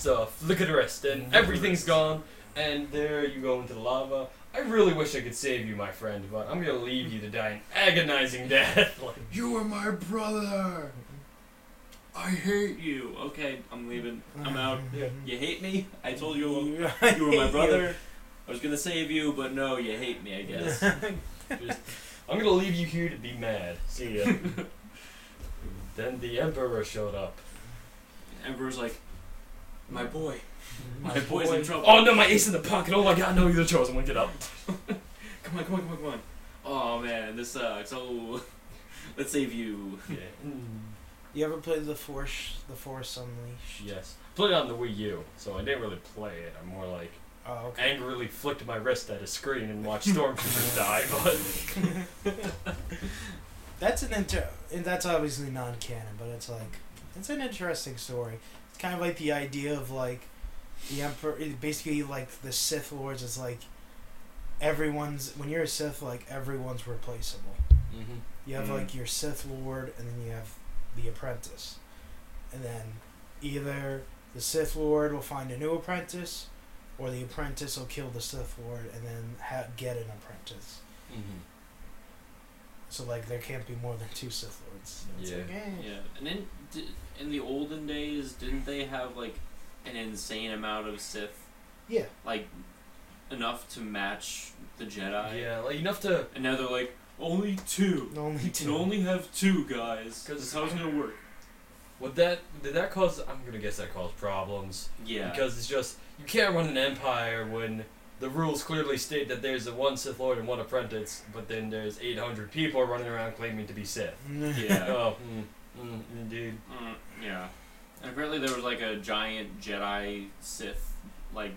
S1: So flick of the wrist, and
S2: Flick of the
S1: everything's
S3: wrist.
S1: gone, and there you go into the lava. I really wish I could save you, my friend, but I'm gonna leave you to die an agonizing death. like,
S3: You are my brother. I hate you. Okay, I'm leaving. I'm out.
S1: Yeah.
S3: You hate me? I told you (laughs)
S2: Yeah.
S3: you were my brother. I was gonna save you, but no, you hate (laughs) me. I guess.
S1: just- I'm gonna leave you here to be mad. See ya. then the emperor showed up.
S3: Emperor's like, my boy. My (laughs)
S1: (laughs) My
S3: boy's in
S1: boy-
S3: trouble.
S1: Oh no, my ace in the pocket. Oh my god, no, you're the chosen one. Get up.
S3: Come on, come on, come on, come on. Oh man, this sucks. Oh, (laughs) let's save you.
S1: Yeah. Mm,
S2: You ever played the Force, the Force Unleashed?
S1: Yes. Played it on the Wii U, so I didn't really play it. I'm more like
S2: Oh, okay.
S1: angrily flicked my wrist at a screen and watched stormtroopers die. But
S2: That's an inter. And that's obviously non-canon, but it's like it's an interesting story. It's kind of like the idea of like the emperor. Basically, like the Sith lords is like everyone's when you're a Sith, like everyone's replaceable.
S1: Mm-hmm.
S2: You have
S3: Mm.
S2: like your Sith Lord, and then you have the apprentice, and then either the Sith Lord will find a new apprentice, or the apprentice will kill the Sith Lord and then ha- get an apprentice.
S1: Mm-hmm.
S2: So like there can't be more than two Sith Lords. It's
S1: Yeah.
S2: like, eh.
S3: Yeah, and then di- in the olden days, didn't they have like an insane amount of Sith,
S2: Yeah.
S3: like enough to match the Jedi?
S1: Yeah, like enough to.
S3: And now they're like only two.
S2: Only
S3: You
S2: two.
S3: can only have two guys.
S1: 'Cause-
S3: That's how it's gonna work.
S1: Would that did that cause? I'm gonna guess that caused problems.
S3: Yeah.
S1: Because it's just you can't run an empire when the rules clearly state that there's a one Sith Lord and one apprentice, but then there's 800 people running around claiming to
S2: (laughs)
S1: be Sith.
S3: (laughs) yeah.
S1: (laughs)
S3: (laughs)
S1: Oh, mm, mm, indeed.
S3: Mm, yeah. And apparently there was like a giant Jedi Sith like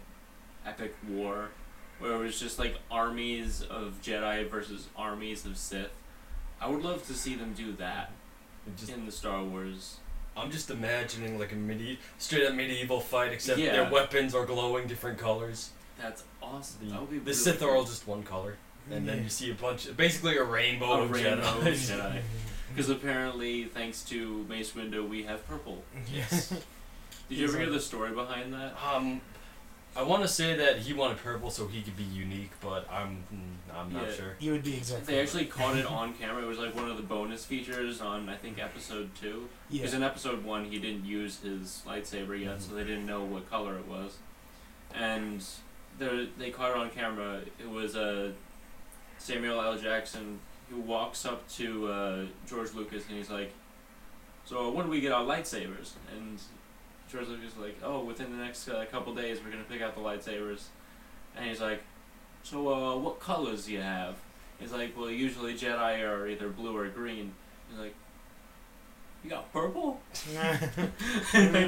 S3: epic war where it was just like armies of Jedi versus armies of Sith. I would love to see them do that
S1: It just,
S3: in the Star Wars.
S1: I'm just imagining like a medi- straight up medieval fight, except
S3: Yeah.
S1: their weapons are glowing different colors.
S3: That's awesome.
S1: The,
S3: that would be
S1: the
S3: really
S1: Sith are
S3: cool.
S1: all just one color, and then
S2: Yeah.
S1: you see a bunch, basically a rainbow
S3: A
S1: of
S3: rainbow of
S1: (laughs) Jedi.
S3: Jedi.
S2: Mm-hmm.
S3: Because apparently, thanks to Mace Windu, we have purple.
S1: yes.
S3: Did you ever hear
S2: Exactly.
S3: the story behind that?
S1: Um, I want to say that he wanted purple so he could be unique, but I'm mm, I'm not
S3: Yeah.
S1: sure.
S2: You would be exactly.
S3: They actually caught it on camera. It was like one of the bonus features on, I think, episode two.
S2: Yeah. (laughs)
S3: Because in episode one, he didn't use his lightsaber yet, so they didn't know what color it was. And there, they caught it on camera. It was uh, Samuel L. Jackson who walks up to uh, George Lucas and he's like, "So when do we get our lightsabers?" And George Lucas is like, "Oh, within the next uh, couple days, we're gonna pick out the lightsabers." And he's like, "So uh, what colors do you have?" He's like, "Well, usually Jedi are either blue or green." He's like, "You got purple?" I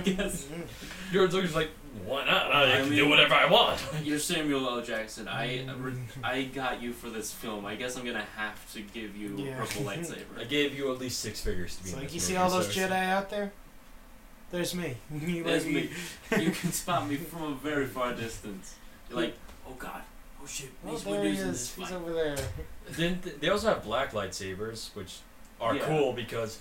S3: guess
S2: Mm-hmm.
S1: George Lucas is like, why not? I,
S3: I
S1: can
S3: mean-
S1: do whatever I want.
S3: (laughs) you're Samuel L. Jackson. I
S2: Mm. Mm-hmm.
S3: I got you for this film. I guess I'm gonna have to give you
S2: Yeah. (laughs)
S3: a purple
S1: I
S3: lightsaber.
S1: gave you at least six figures to be
S2: It's
S1: in
S2: like
S1: this
S2: you see
S1: movie,
S2: all those
S1: so-
S2: Jedi out there. There's me. (laughs) You
S3: There's
S2: like-
S3: me. You can spot me
S2: (laughs)
S3: from a very far distance. You're like, oh god, oh shit,
S2: Oh,
S3: these
S2: there he
S3: windows in this
S2: is. He's
S3: fight.
S2: over there.
S1: Then th- they also have black lightsabers, which are
S3: Yeah.
S1: cool because,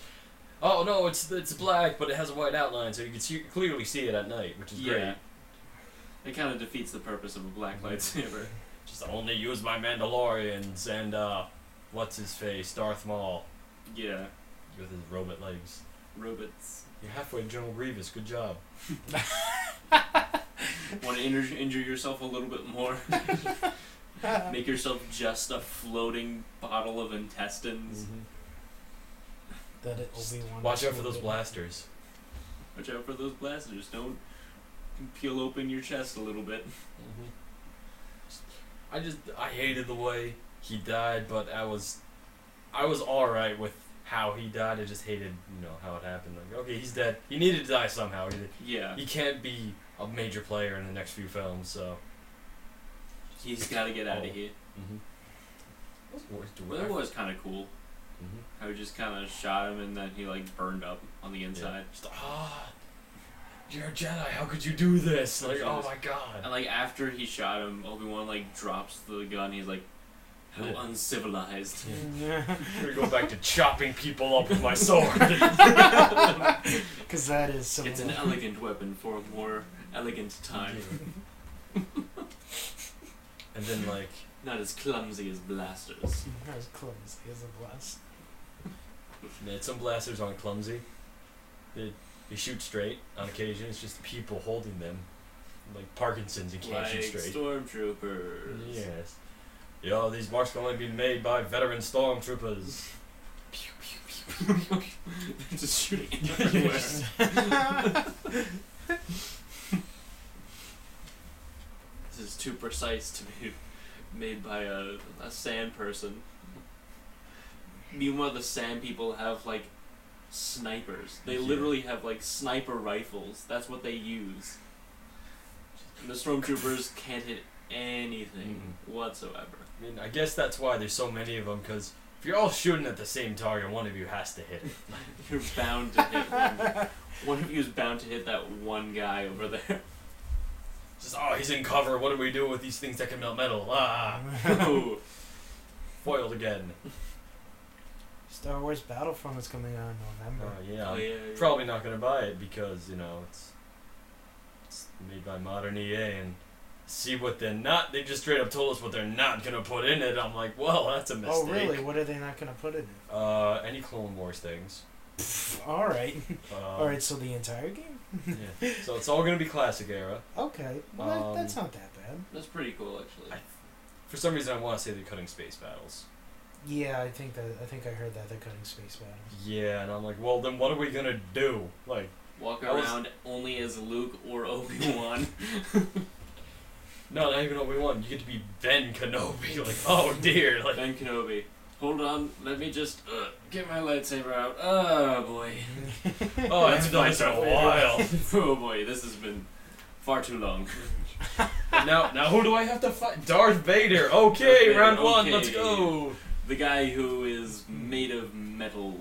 S1: oh no, it's it's black, but it has a white outline, so you can see, clearly see it at night, which is
S3: Yeah.
S1: great. Mm-hmm.
S3: It kind of defeats the purpose of a black
S1: (laughs)
S3: lightsaber.
S1: Just only use my Mandalorians and uh, what's his face, Darth Maul
S3: Yeah,
S1: with his robot legs.
S3: robots.
S1: You're halfway to General Grievous. Good job.
S3: Want to injure, injure yourself a little bit
S2: (laughs)
S3: more? (laughs) Make yourself just a floating bottle of intestines.
S2: (laughs) Mm-hmm. That it will be one.
S1: Watch out for those blasters.
S3: Watch out for those blasters. Don't peel open your chest a little bit.
S1: Mm-hmm. I just I hated the way he died, but I was I was all right with how he died. I just hated you know how it happened. Like okay, he's dead. He needed to die somehow. He,
S3: Yeah.
S1: he can't be a major player in the next few films. So
S3: He's got to get out of here.
S1: mm-hmm.
S3: Well, that was kind of cool.
S1: Mm-hmm.
S3: How we just kind of shot him and then he like burned up on the inside.
S1: Just, ah, you're a Jedi. How could you do this? Like oh my
S3: And
S1: god.
S3: like after he shot him, Obi Wan like drops the gun. He's like, how
S1: Yeah.
S3: uncivilized.
S2: (laughs)
S1: I'm gonna go back to chopping people up with my sword.
S2: Because (laughs) that is so.
S1: (laughs)
S3: It's an elegant weapon for a more elegant time.
S1: (laughs) and then like
S3: Not as clumsy as blasters.
S2: That was clumsy as
S3: (laughs)
S2: a blast.
S1: man, some blasters aren't clumsy. They they shoot straight on occasion. It's just people holding them, like Parkinson's. You can't
S3: Like
S1: shoot straight.
S3: stormtroopers.
S1: Yes. Yo, these marks can only be made by veteran stormtroopers.
S3: (laughs) just shooting everywhere. This is too precise to be made by a, a sand person. Meanwhile, the sand people have like snipers. They
S1: Yeah.
S3: literally have like sniper rifles. That's what they use. And the stormtroopers can't hit anything whatsoever.
S1: I mean, I guess that's why there's so many of them. Because if you're all shooting at the same target, one of you has to hit it.
S3: You're bound to hit one. One of you is bound to hit that one guy over there.
S1: Just oh, he's in cover. What do we do with these things that can melt metal? Ah,
S3: Ooh.
S1: foiled again.
S2: Star Wars Battlefront is coming out in
S1: Oh
S2: November.
S1: yeah.
S3: Oh,
S1: I'm
S3: yeah, yeah.
S1: Probably not gonna buy it because you know it's it's made by Modern EA and see what they're not. They just straight up told us what they're not gonna put in it. I'm like, well, that's a mistake.
S2: oh really? What are they not gonna put
S3: (laughs)
S2: it in?
S1: Uh, any Clone
S2: (laughs)
S1: Wars things.
S2: All right.
S1: Um,
S2: all right. So the entire game?
S1: yeah. So it's all gonna be classic era.
S2: Okay. Well, that-
S1: Um,
S2: that's not that bad.
S3: That's pretty cool, actually.
S1: For some reason, I want to say they're cutting space battles.
S2: Yeah, I think that I think I heard that they're cutting space battles.
S1: Yeah, and I'm like, well, then what are we gonna do? Like,
S3: Walk
S1: I was-
S3: around only as Luke or Obi Wan.
S1: no, not even Obi Wan. You get to be Ben Kenobi. (laughs) Like, oh dear. (laughs) Like,
S3: ben Kenobi. Hold on, let me just uh, get my lightsaber out. Oh boy. (laughs)
S1: oh, that's been nice for a while.
S3: oh boy, this has been far too long.
S1: now, now, who do I have to fight? Darth Vader. Okay,
S3: Darth Vader,
S1: round one. Let's
S3: okay.
S1: go.
S3: The guy who is made of metal.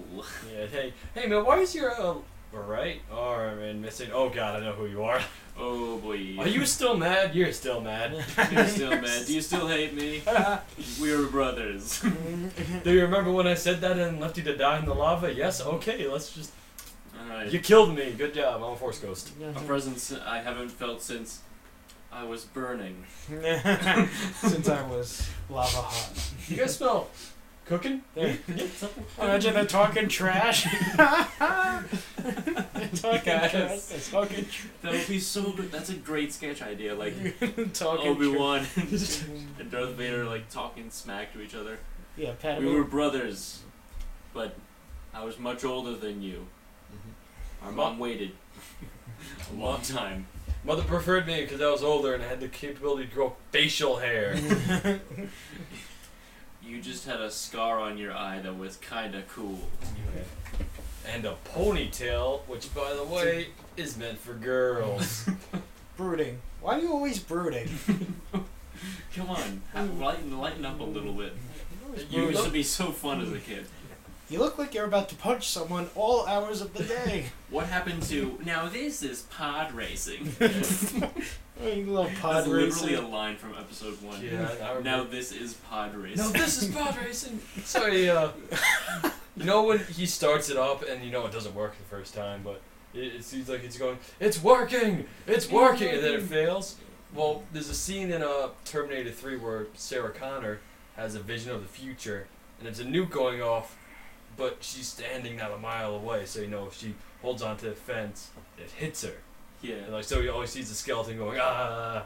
S1: Yeah. Hey, hey, man. Why is your uh, right arm and missing? Oh God, I know who you are.
S3: Oh boy. (laughs)
S1: Are you still mad? You're still (laughs) mad.
S3: (laughs) You're still mad?
S2: (laughs)
S3: Do you (laughs) still hate me? We're brothers.
S1: do you remember when I said that and left you to die in the lava? Yes. Okay. Let's just.
S3: Alright.
S1: You killed me. Good job. I'm a force ghost.
S3: A presence I haven't felt since I was burning.
S2: (laughs) Since I was lava hot.
S1: You guys smell cooking?
S2: There. Imagine they're talking trash. (laughs) They're (laughs) talking
S3: Yes.
S2: trash. They're talking
S3: That would be so good. That's a great sketch idea. Like (laughs)
S2: trash. (laughs) talking
S3: Obi Wan
S2: trash.
S3: (laughs) and Darth Vader like talking smack to each other.
S2: Yeah, Pat.
S3: We
S2: (laughs)
S3: were brothers, but I was much older than you. Our mom waited a long time.
S1: Mother preferred me because I was older and I had the capability to grow facial hair.
S3: You just had a scar on your eye that was kinda cool.
S1: And a ponytail, which, by the way, is meant for girls.
S2: brooding. Why are you always brooding?
S3: Come on, ha- lighten, lighten up a little bit.
S2: You're always
S3: You
S2: brooding.
S3: used to be so fun as a kid.
S2: You look like you're about to punch someone all hours of the
S3: (laughs)
S2: day.
S3: What happened to now? This is pod racing.
S2: Oh, you little pod
S3: That's literally
S2: racer.
S3: a line from episode one.
S1: yeah, I- I remember-
S3: Now this is pod racing.
S1: No, this is pod (laughs) racing. Sorry, uh, you know when he starts it up and you know it doesn't work the first time, but it, it seems like it's going, it's working, it's working, and then it fails. Well, there's a scene in uh, Terminator 3 where Sarah Connor has a vision of the future, and it's a nuke going off, but she's standing not a mile away, so you know if she holds onto the fence, it hits her.
S3: Yeah.
S1: And like so he always sees the skeleton going ah.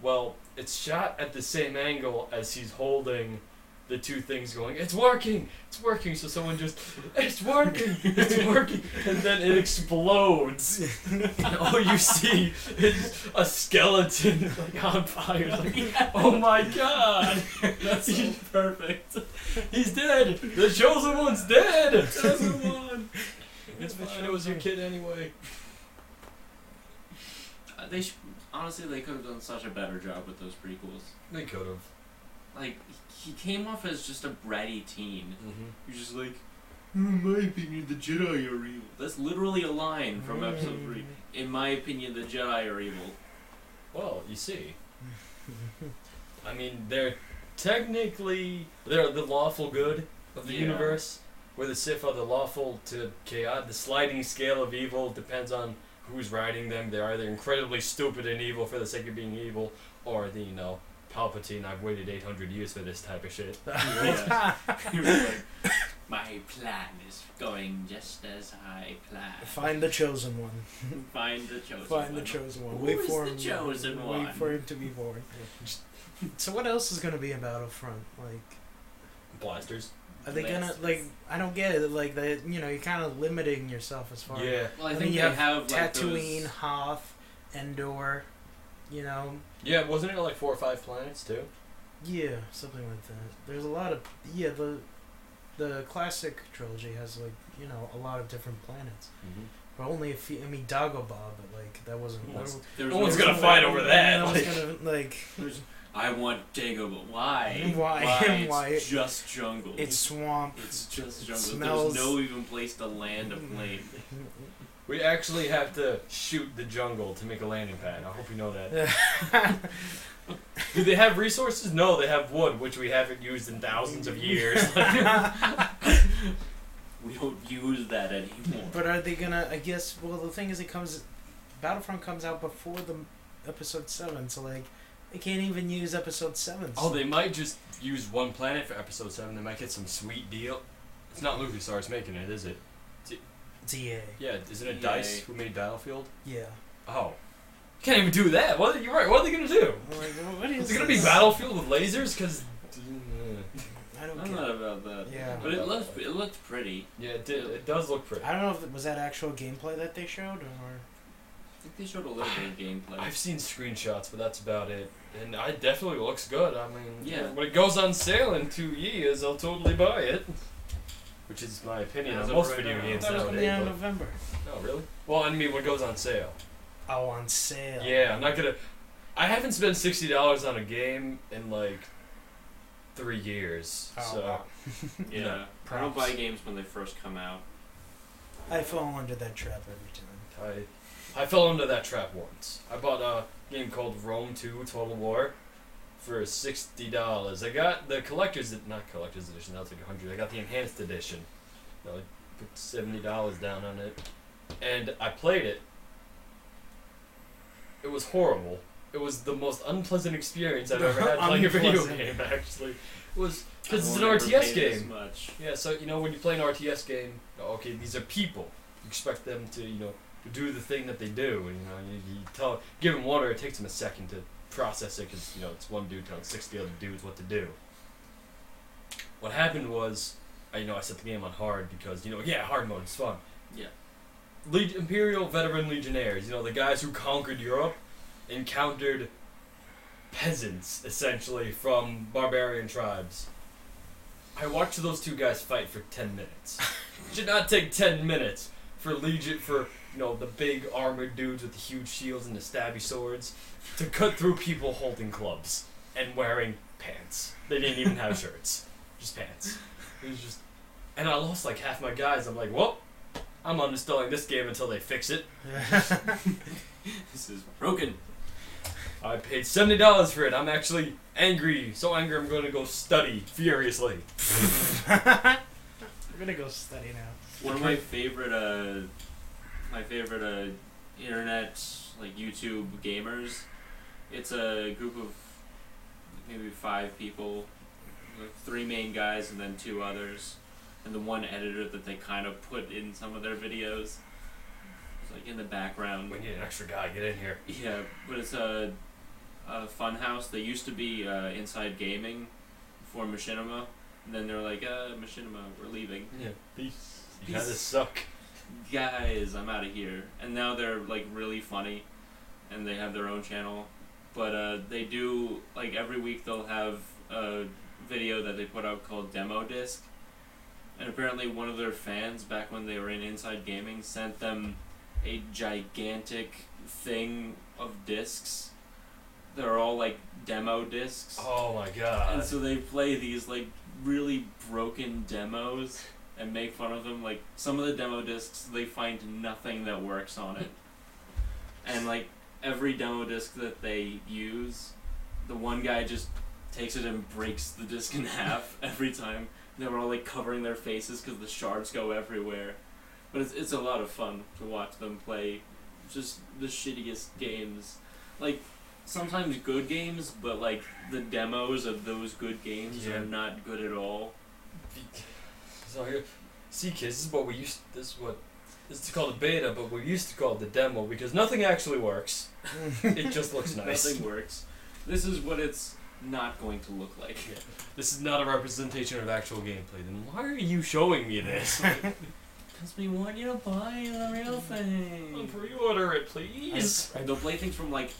S1: Well, it's shot at the same angle as he's holding the two things going. It's working. It's working. So someone just it's working. It's
S3: (laughs)
S1: working. And
S2: (laughs)
S1: then it (laughs) explodes. and all you see is a skeleton like on fire. Like, oh my god.
S2: (laughs)
S3: That's
S1: (laughs)
S3: so perfect.
S1: He's dead. The chosen one's dead.
S3: Chosen one.
S1: It's fine. It was your kid anyway.
S3: Uh, They sh- honestly, they could have done such a better job with those prequels.
S1: They could have.
S3: Like he came off as just a bratty teen.
S1: Mm-hmm.
S3: You're just like, in my opinion, the Jedi are evil. That's literally a line from episode three.
S2: Mm.
S3: In my opinion, the Jedi are
S2: (laughs)
S3: evil. (laughs)
S1: Well, you see. I mean, they're technically they're the lawful good of the
S3: Yeah.
S1: universe, where the Sith are the lawful to chaos. The sliding scale of evil depends on who's riding them. They're either incredibly stupid and evil for the sake of being evil, or the you know Palpatine. I've waited 800 years for this type of shit.
S3: (laughs) Yeah. He was like, my plan is going just as I planned.
S2: Find the chosen one.
S3: (laughs) Find the chosen
S2: Find the
S3: one.
S2: chosen one.
S3: Who
S2: Wait
S3: is
S2: for
S3: the
S2: him.
S3: chosen
S2: wait
S3: one?
S2: for him to be born. So what else is gonna be in Battlefront? Like,
S1: Blasters.
S2: are they gonna
S3: Blasters.
S2: like? I don't get it. Like that, you know, you're kind of limiting yourself as far.
S1: Yeah.
S3: Well, I
S2: I
S3: think
S2: mean, you
S3: they
S2: have
S3: have, like
S2: Tatooine,
S3: those-
S2: Hoth, Endor. You know,
S1: Yeah. Wasn't it like four or five planets too?
S2: yeah, something like that. There's a lot of yeah. The the classic trilogy has like you know a lot of different planets,
S1: Mm-hmm.
S2: but only a few. I mean, Dagobah, but like that wasn't.
S1: Who wants-
S2: there-
S3: There was
S1: No one's
S3: no-
S1: gonna fight over that,
S2: No one's
S1: like-
S2: gonna like.
S3: There's- I want Dagobah. Why?
S2: (laughs) Why?
S3: It's
S2: Why?
S3: just jungle.
S1: (laughs)
S2: It's swamp.
S3: It's just jungle.
S2: smells- (laughs)
S3: There's no even place to land a plane.
S1: We actually have to shoot the jungle to make a landing pad. I hope you know that.
S2: (laughs)
S1: Do they have resources? No, they have wood, which we haven't used in thousands of (laughs) years.
S3: (laughs) We don't use that anymore.
S2: But are they gonna? I guess. Well, the thing is, it comes. Battlefront comes out before the episode seven, so like, they can't even use episode seven.
S1: oh, they might just use one planet for episode seven. They might get some sweet deal. It's not LucasArts making it, is it?
S2: It's EA.
S1: Yeah, is it a
S3: EA.
S1: dice who made Battlefield?
S2: Yeah.
S1: Oh, can't even do that. What? You're right. What are they gonna do?
S2: I'm like, well, what
S1: Is
S2: is
S1: it gonna be
S2: this?
S1: Battlefield with lasers? Cause
S2: I don't
S3: I'm
S2: care.
S3: not about that.
S2: Yeah.
S3: But it looked it looked pretty.
S1: yeah, it, did, it does look pretty.
S2: I don't know if it was that actual gameplay that they showed or.
S3: I think they showed a little
S2: (sighs)
S3: bit of gameplay.
S1: I've seen screenshots, but that's about it. And it definitely looks good. I mean,
S3: Yeah.
S1: when it goes on sale in two years, I'll totally buy it. Which is my opinion
S3: As
S1: on
S3: of
S1: most
S3: right
S1: video
S3: now. Oh,
S2: I
S1: games
S2: thought it was gonna be
S1: nowadays.
S2: out in
S1: but-
S2: November.
S1: No, really? Well, I mean, what goes on sale?
S2: Oh, on sale.
S1: Yeah, I'm not gonna. I haven't spent sixty dollars on a game in like three years.
S2: Oh,
S1: so
S2: wow.
S3: yeah.
S1: you know,
S3: I don't
S2: props.
S3: buy games when they first come out.
S2: I fall under that trap every time.
S1: I I fell into that trap once. I bought a game called Rome Two Total War for sixty dollars. I got the collector's not collector's edition. That was like hundred. I got the enhanced edition. I like, put seventy dollars down on it, and I played it. It was horrible. It was the most unpleasant experience I've ever had playing a video
S2: Unpleasant.
S1: game. Actually, it was
S3: I
S1: because it's an
S3: won't ever
S1: RTS
S3: pay this
S1: game.
S3: much. (laughs)
S1: Yeah, so you know when you play an RTS game, okay, these are people. You expect them to, you know, to do the thing that they do. And, you know, you, you tell, give them water. It takes them a second to process it because you know it's one dude telling sixty other dudes what to do. What happened was, I, you know, I set the game on hard because you know, yeah, hard mode is fun.
S3: Yeah.
S1: Leg- Imperial veteran legionnaires, you know, the guys who conquered Europe, encountered peasants essentially from barbarian tribes. I watched those two guys fight for ten minutes. it should not take ten minutes for legion for you know the big armored dudes with the huge shields and the stabby swords to cut through people holding clubs and wearing pants. They didn't even have shirts, just pants. It was just, and I lost like half my guys. I'm like, well, I'm uninstalling this game until they fix it. (laughs)
S2: (laughs)
S3: This is broken.
S1: I paid seventy dollars for it. I'm actually angry, so angry I'm going to go study furiously.
S2: I'm gonna go study now.
S3: One of my favorite, uh, my favorite uh, internet like YouTube gamers. It's a group of maybe five people, like three main guys and then two others, and the one editor that they kind of put in some of their videos, it's like in the background.
S1: We need an extra guy. Get in here.
S3: Yeah, but it's a, a fun house. They used to be uh, Inside Gaming for Machinima, and then they're like, uh, Machinima, we're leaving.
S1: Yeah, peace. You
S3: Peace.
S1: gotta suck.
S3: guys, I'm out of here. And now they're like really funny, and they have their own channel. But uh, they do like every week they'll have a video that they put out called Demo Disc. And apparently, one of their fans back when they were in Inside Gaming sent them a gigantic thing of discs. They're all like demo discs.
S1: Oh my god.
S3: And so they play these like really broken demos and make fun of them. Like some of the demo discs, they find nothing that works on it. And like every demo disc that they use, the one guy just takes it and breaks the disc in (laughs) half every time. And they were all like covering their faces because the shards go everywhere. But it's, it's a lot of fun to watch them play just the shittiest games. Like, sometimes good games, but like the demos of those good games
S1: Yeah.
S3: are not good at all.
S1: So here, see, kids, this is what we used. This is what this is called a beta, but we used to call it the demo because nothing actually (laughs) works. it just looks nice. (laughs)
S3: Nothing works. This is what it's not going to look like.
S1: This is not a representation of actual gameplay. Then why are you showing me (laughs) this?
S3: Because we want you to buy the real thing.
S1: Pre-order it, please.
S3: They'll play things from like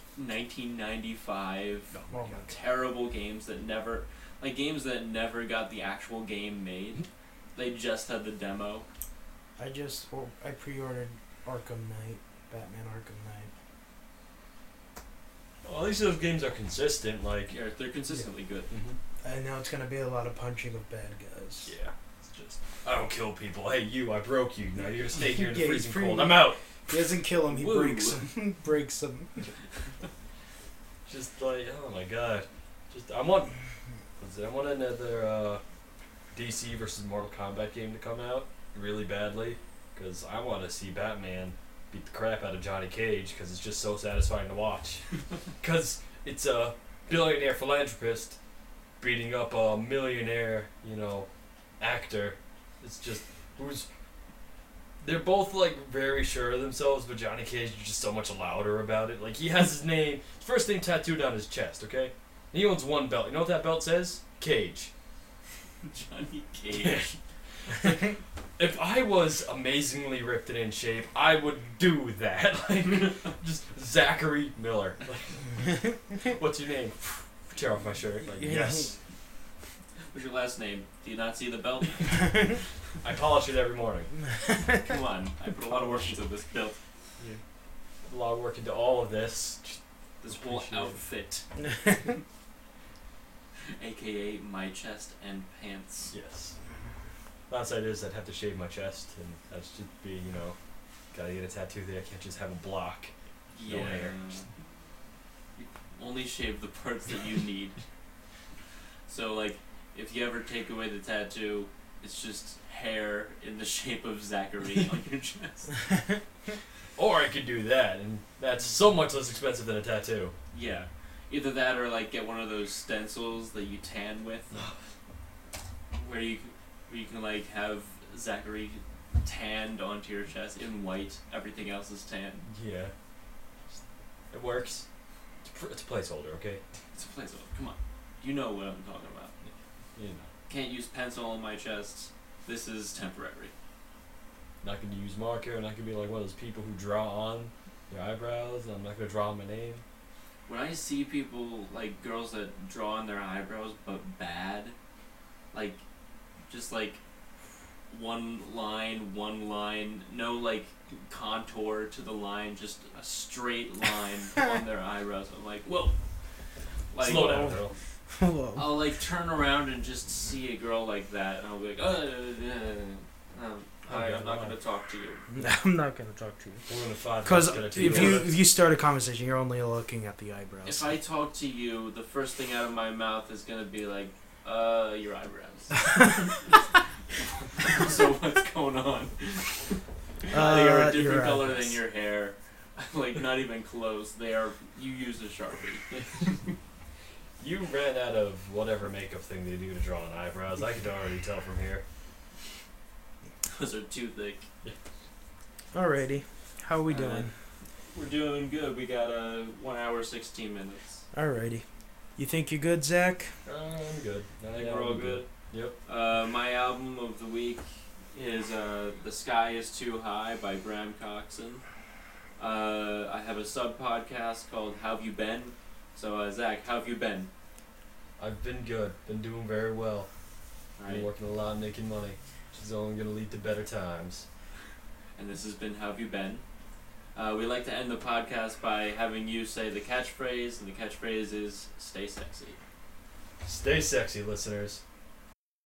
S3: 1995.
S2: Oh my
S3: terrible games that never like games that never got the actual game made. They just had the demo.
S2: I just well, I pre-ordered Arkham Knight, Batman Arkham Knight.
S1: Well, at least those games are consistent. Like, Mm-hmm.
S3: Yeah, they're consistently good. (laughs)
S2: And now it's gonna be a lot of punching of bad guys.
S1: yeah, it's just I don't kill people. Hey, you, I broke you. Now you're staying here in the (laughs)
S2: Yeah, he's
S1: freezing
S2: pretty-
S1: cold. I'm out.
S2: He doesn't kill him. He
S3: Woo.
S2: breaks him. (laughs) breaks him.
S1: Just like oh my god, just I want. what's it- I want another uh, DC versus Mortal Kombat game to come out really badly because I want to see Batman beat the crap out of Johnny Cage because it's just so satisfying to watch. Because it's a billionaire philanthropist beating up a millionaire, you know, actor. It's just who's. They're both like very sure of themselves, but Johnny Cage is just so much louder about it. Like he has his name, his first name tattooed on his chest. Okay, he owns one belt. You know what that belt says? Cage.
S3: Johnny Cage.
S1: If I was amazingly ripped and in shape, I would do that. (laughs) Like, just Zachary Miller. Like, (laughs) what's your name? Tear off my shirt. Like,
S2: Yeah.
S1: yes.
S3: What's your last name? Do you not see the
S1: (laughs)
S3: belt?
S1: I polish it every morning.
S3: Come on. I put a lot of work into this belt.
S1: A lot of work into all of this.
S3: This whole
S1: Appreciate it.
S3: outfit.
S1: (laughs)
S3: AKA my chest and pants.
S1: Yes. Last side is I'd have to shave my chest, and that should be, you know, gotta get a tattoo there. I can't just have a block. No hair.
S3: You only shave the parts that you need. so like if you ever take away the tattoo, it's just hair in the (laughs) shape of Zachary on
S1: (laughs)
S3: your chest.
S1: Or I could do that, and that's so much less expensive than a tattoo.
S3: Yeah. Either that or like get one of those stencils that you tan with where you where you can like have Zachary tanned onto your chest in white, everything else is tan.
S1: Yeah. It works. It's, pr- it's a placeholder, okay?
S3: It's a placeholder. Come on. You know what I'm talking about.
S1: You know,
S3: Can't use pencil on my chest. This is temporary.
S1: not gonna use marker, not gonna be like one of those people who draw on their eyebrows, and I'm not gonna draw my name.
S3: When I see people like girls that draw on their eyebrows but bad, like just like one line, one line, no like contour to the line, just a straight line on their eyebrows. I'm like, whoa. Like,
S1: Slow down, girl.
S2: Whoa.
S3: I'll like turn around and just see a girl like that, and I'll be like, oh, uh, uh, um, alright, I'm not gonna talk to you.
S2: I'm not gonna talk to you.
S1: We're gonna find
S2: Because
S1: out what's gonna
S2: if
S1: take
S2: you
S1: over.
S2: if you start a conversation, you're only looking at the eyebrows.
S3: If I talk to you, the first thing out of my mouth is gonna be like, uh, your eyebrows. (laughs) so what's going on? they are
S2: Uh,
S3: a different
S2: your
S3: color
S2: eyebrows.
S3: than your hair. (laughs) like not even close. They are. You use a sharpie.
S1: You ran out of whatever makeup thing they do to draw on eyebrows. I could already tell from here.
S3: Those are too thick.
S2: (laughs) Alrighty, how are we
S3: Uh,
S2: doing?
S3: We're doing good. We got uh, one hour sixteen minutes.
S2: Alrighty, you think you're good, Zach?
S1: I'm good.
S3: I think we're all good.
S1: Yep.
S3: Uh, my album of the week is uh, "The Sky Is Too High" by Graham Coxon. Uh, I have a sub podcast called "How've You Been." So uh, Zach, how have you been?
S1: I've been good. Been doing very well.
S3: All
S1: Been
S3: right.
S1: working a lot, making money, which is only gonna lead to better times.
S3: And this has been "How've You Been." Uh, we like to end the podcast by having you say the catchphrase, and the catchphrase is "Stay sexy."
S1: Stay sexy, listeners.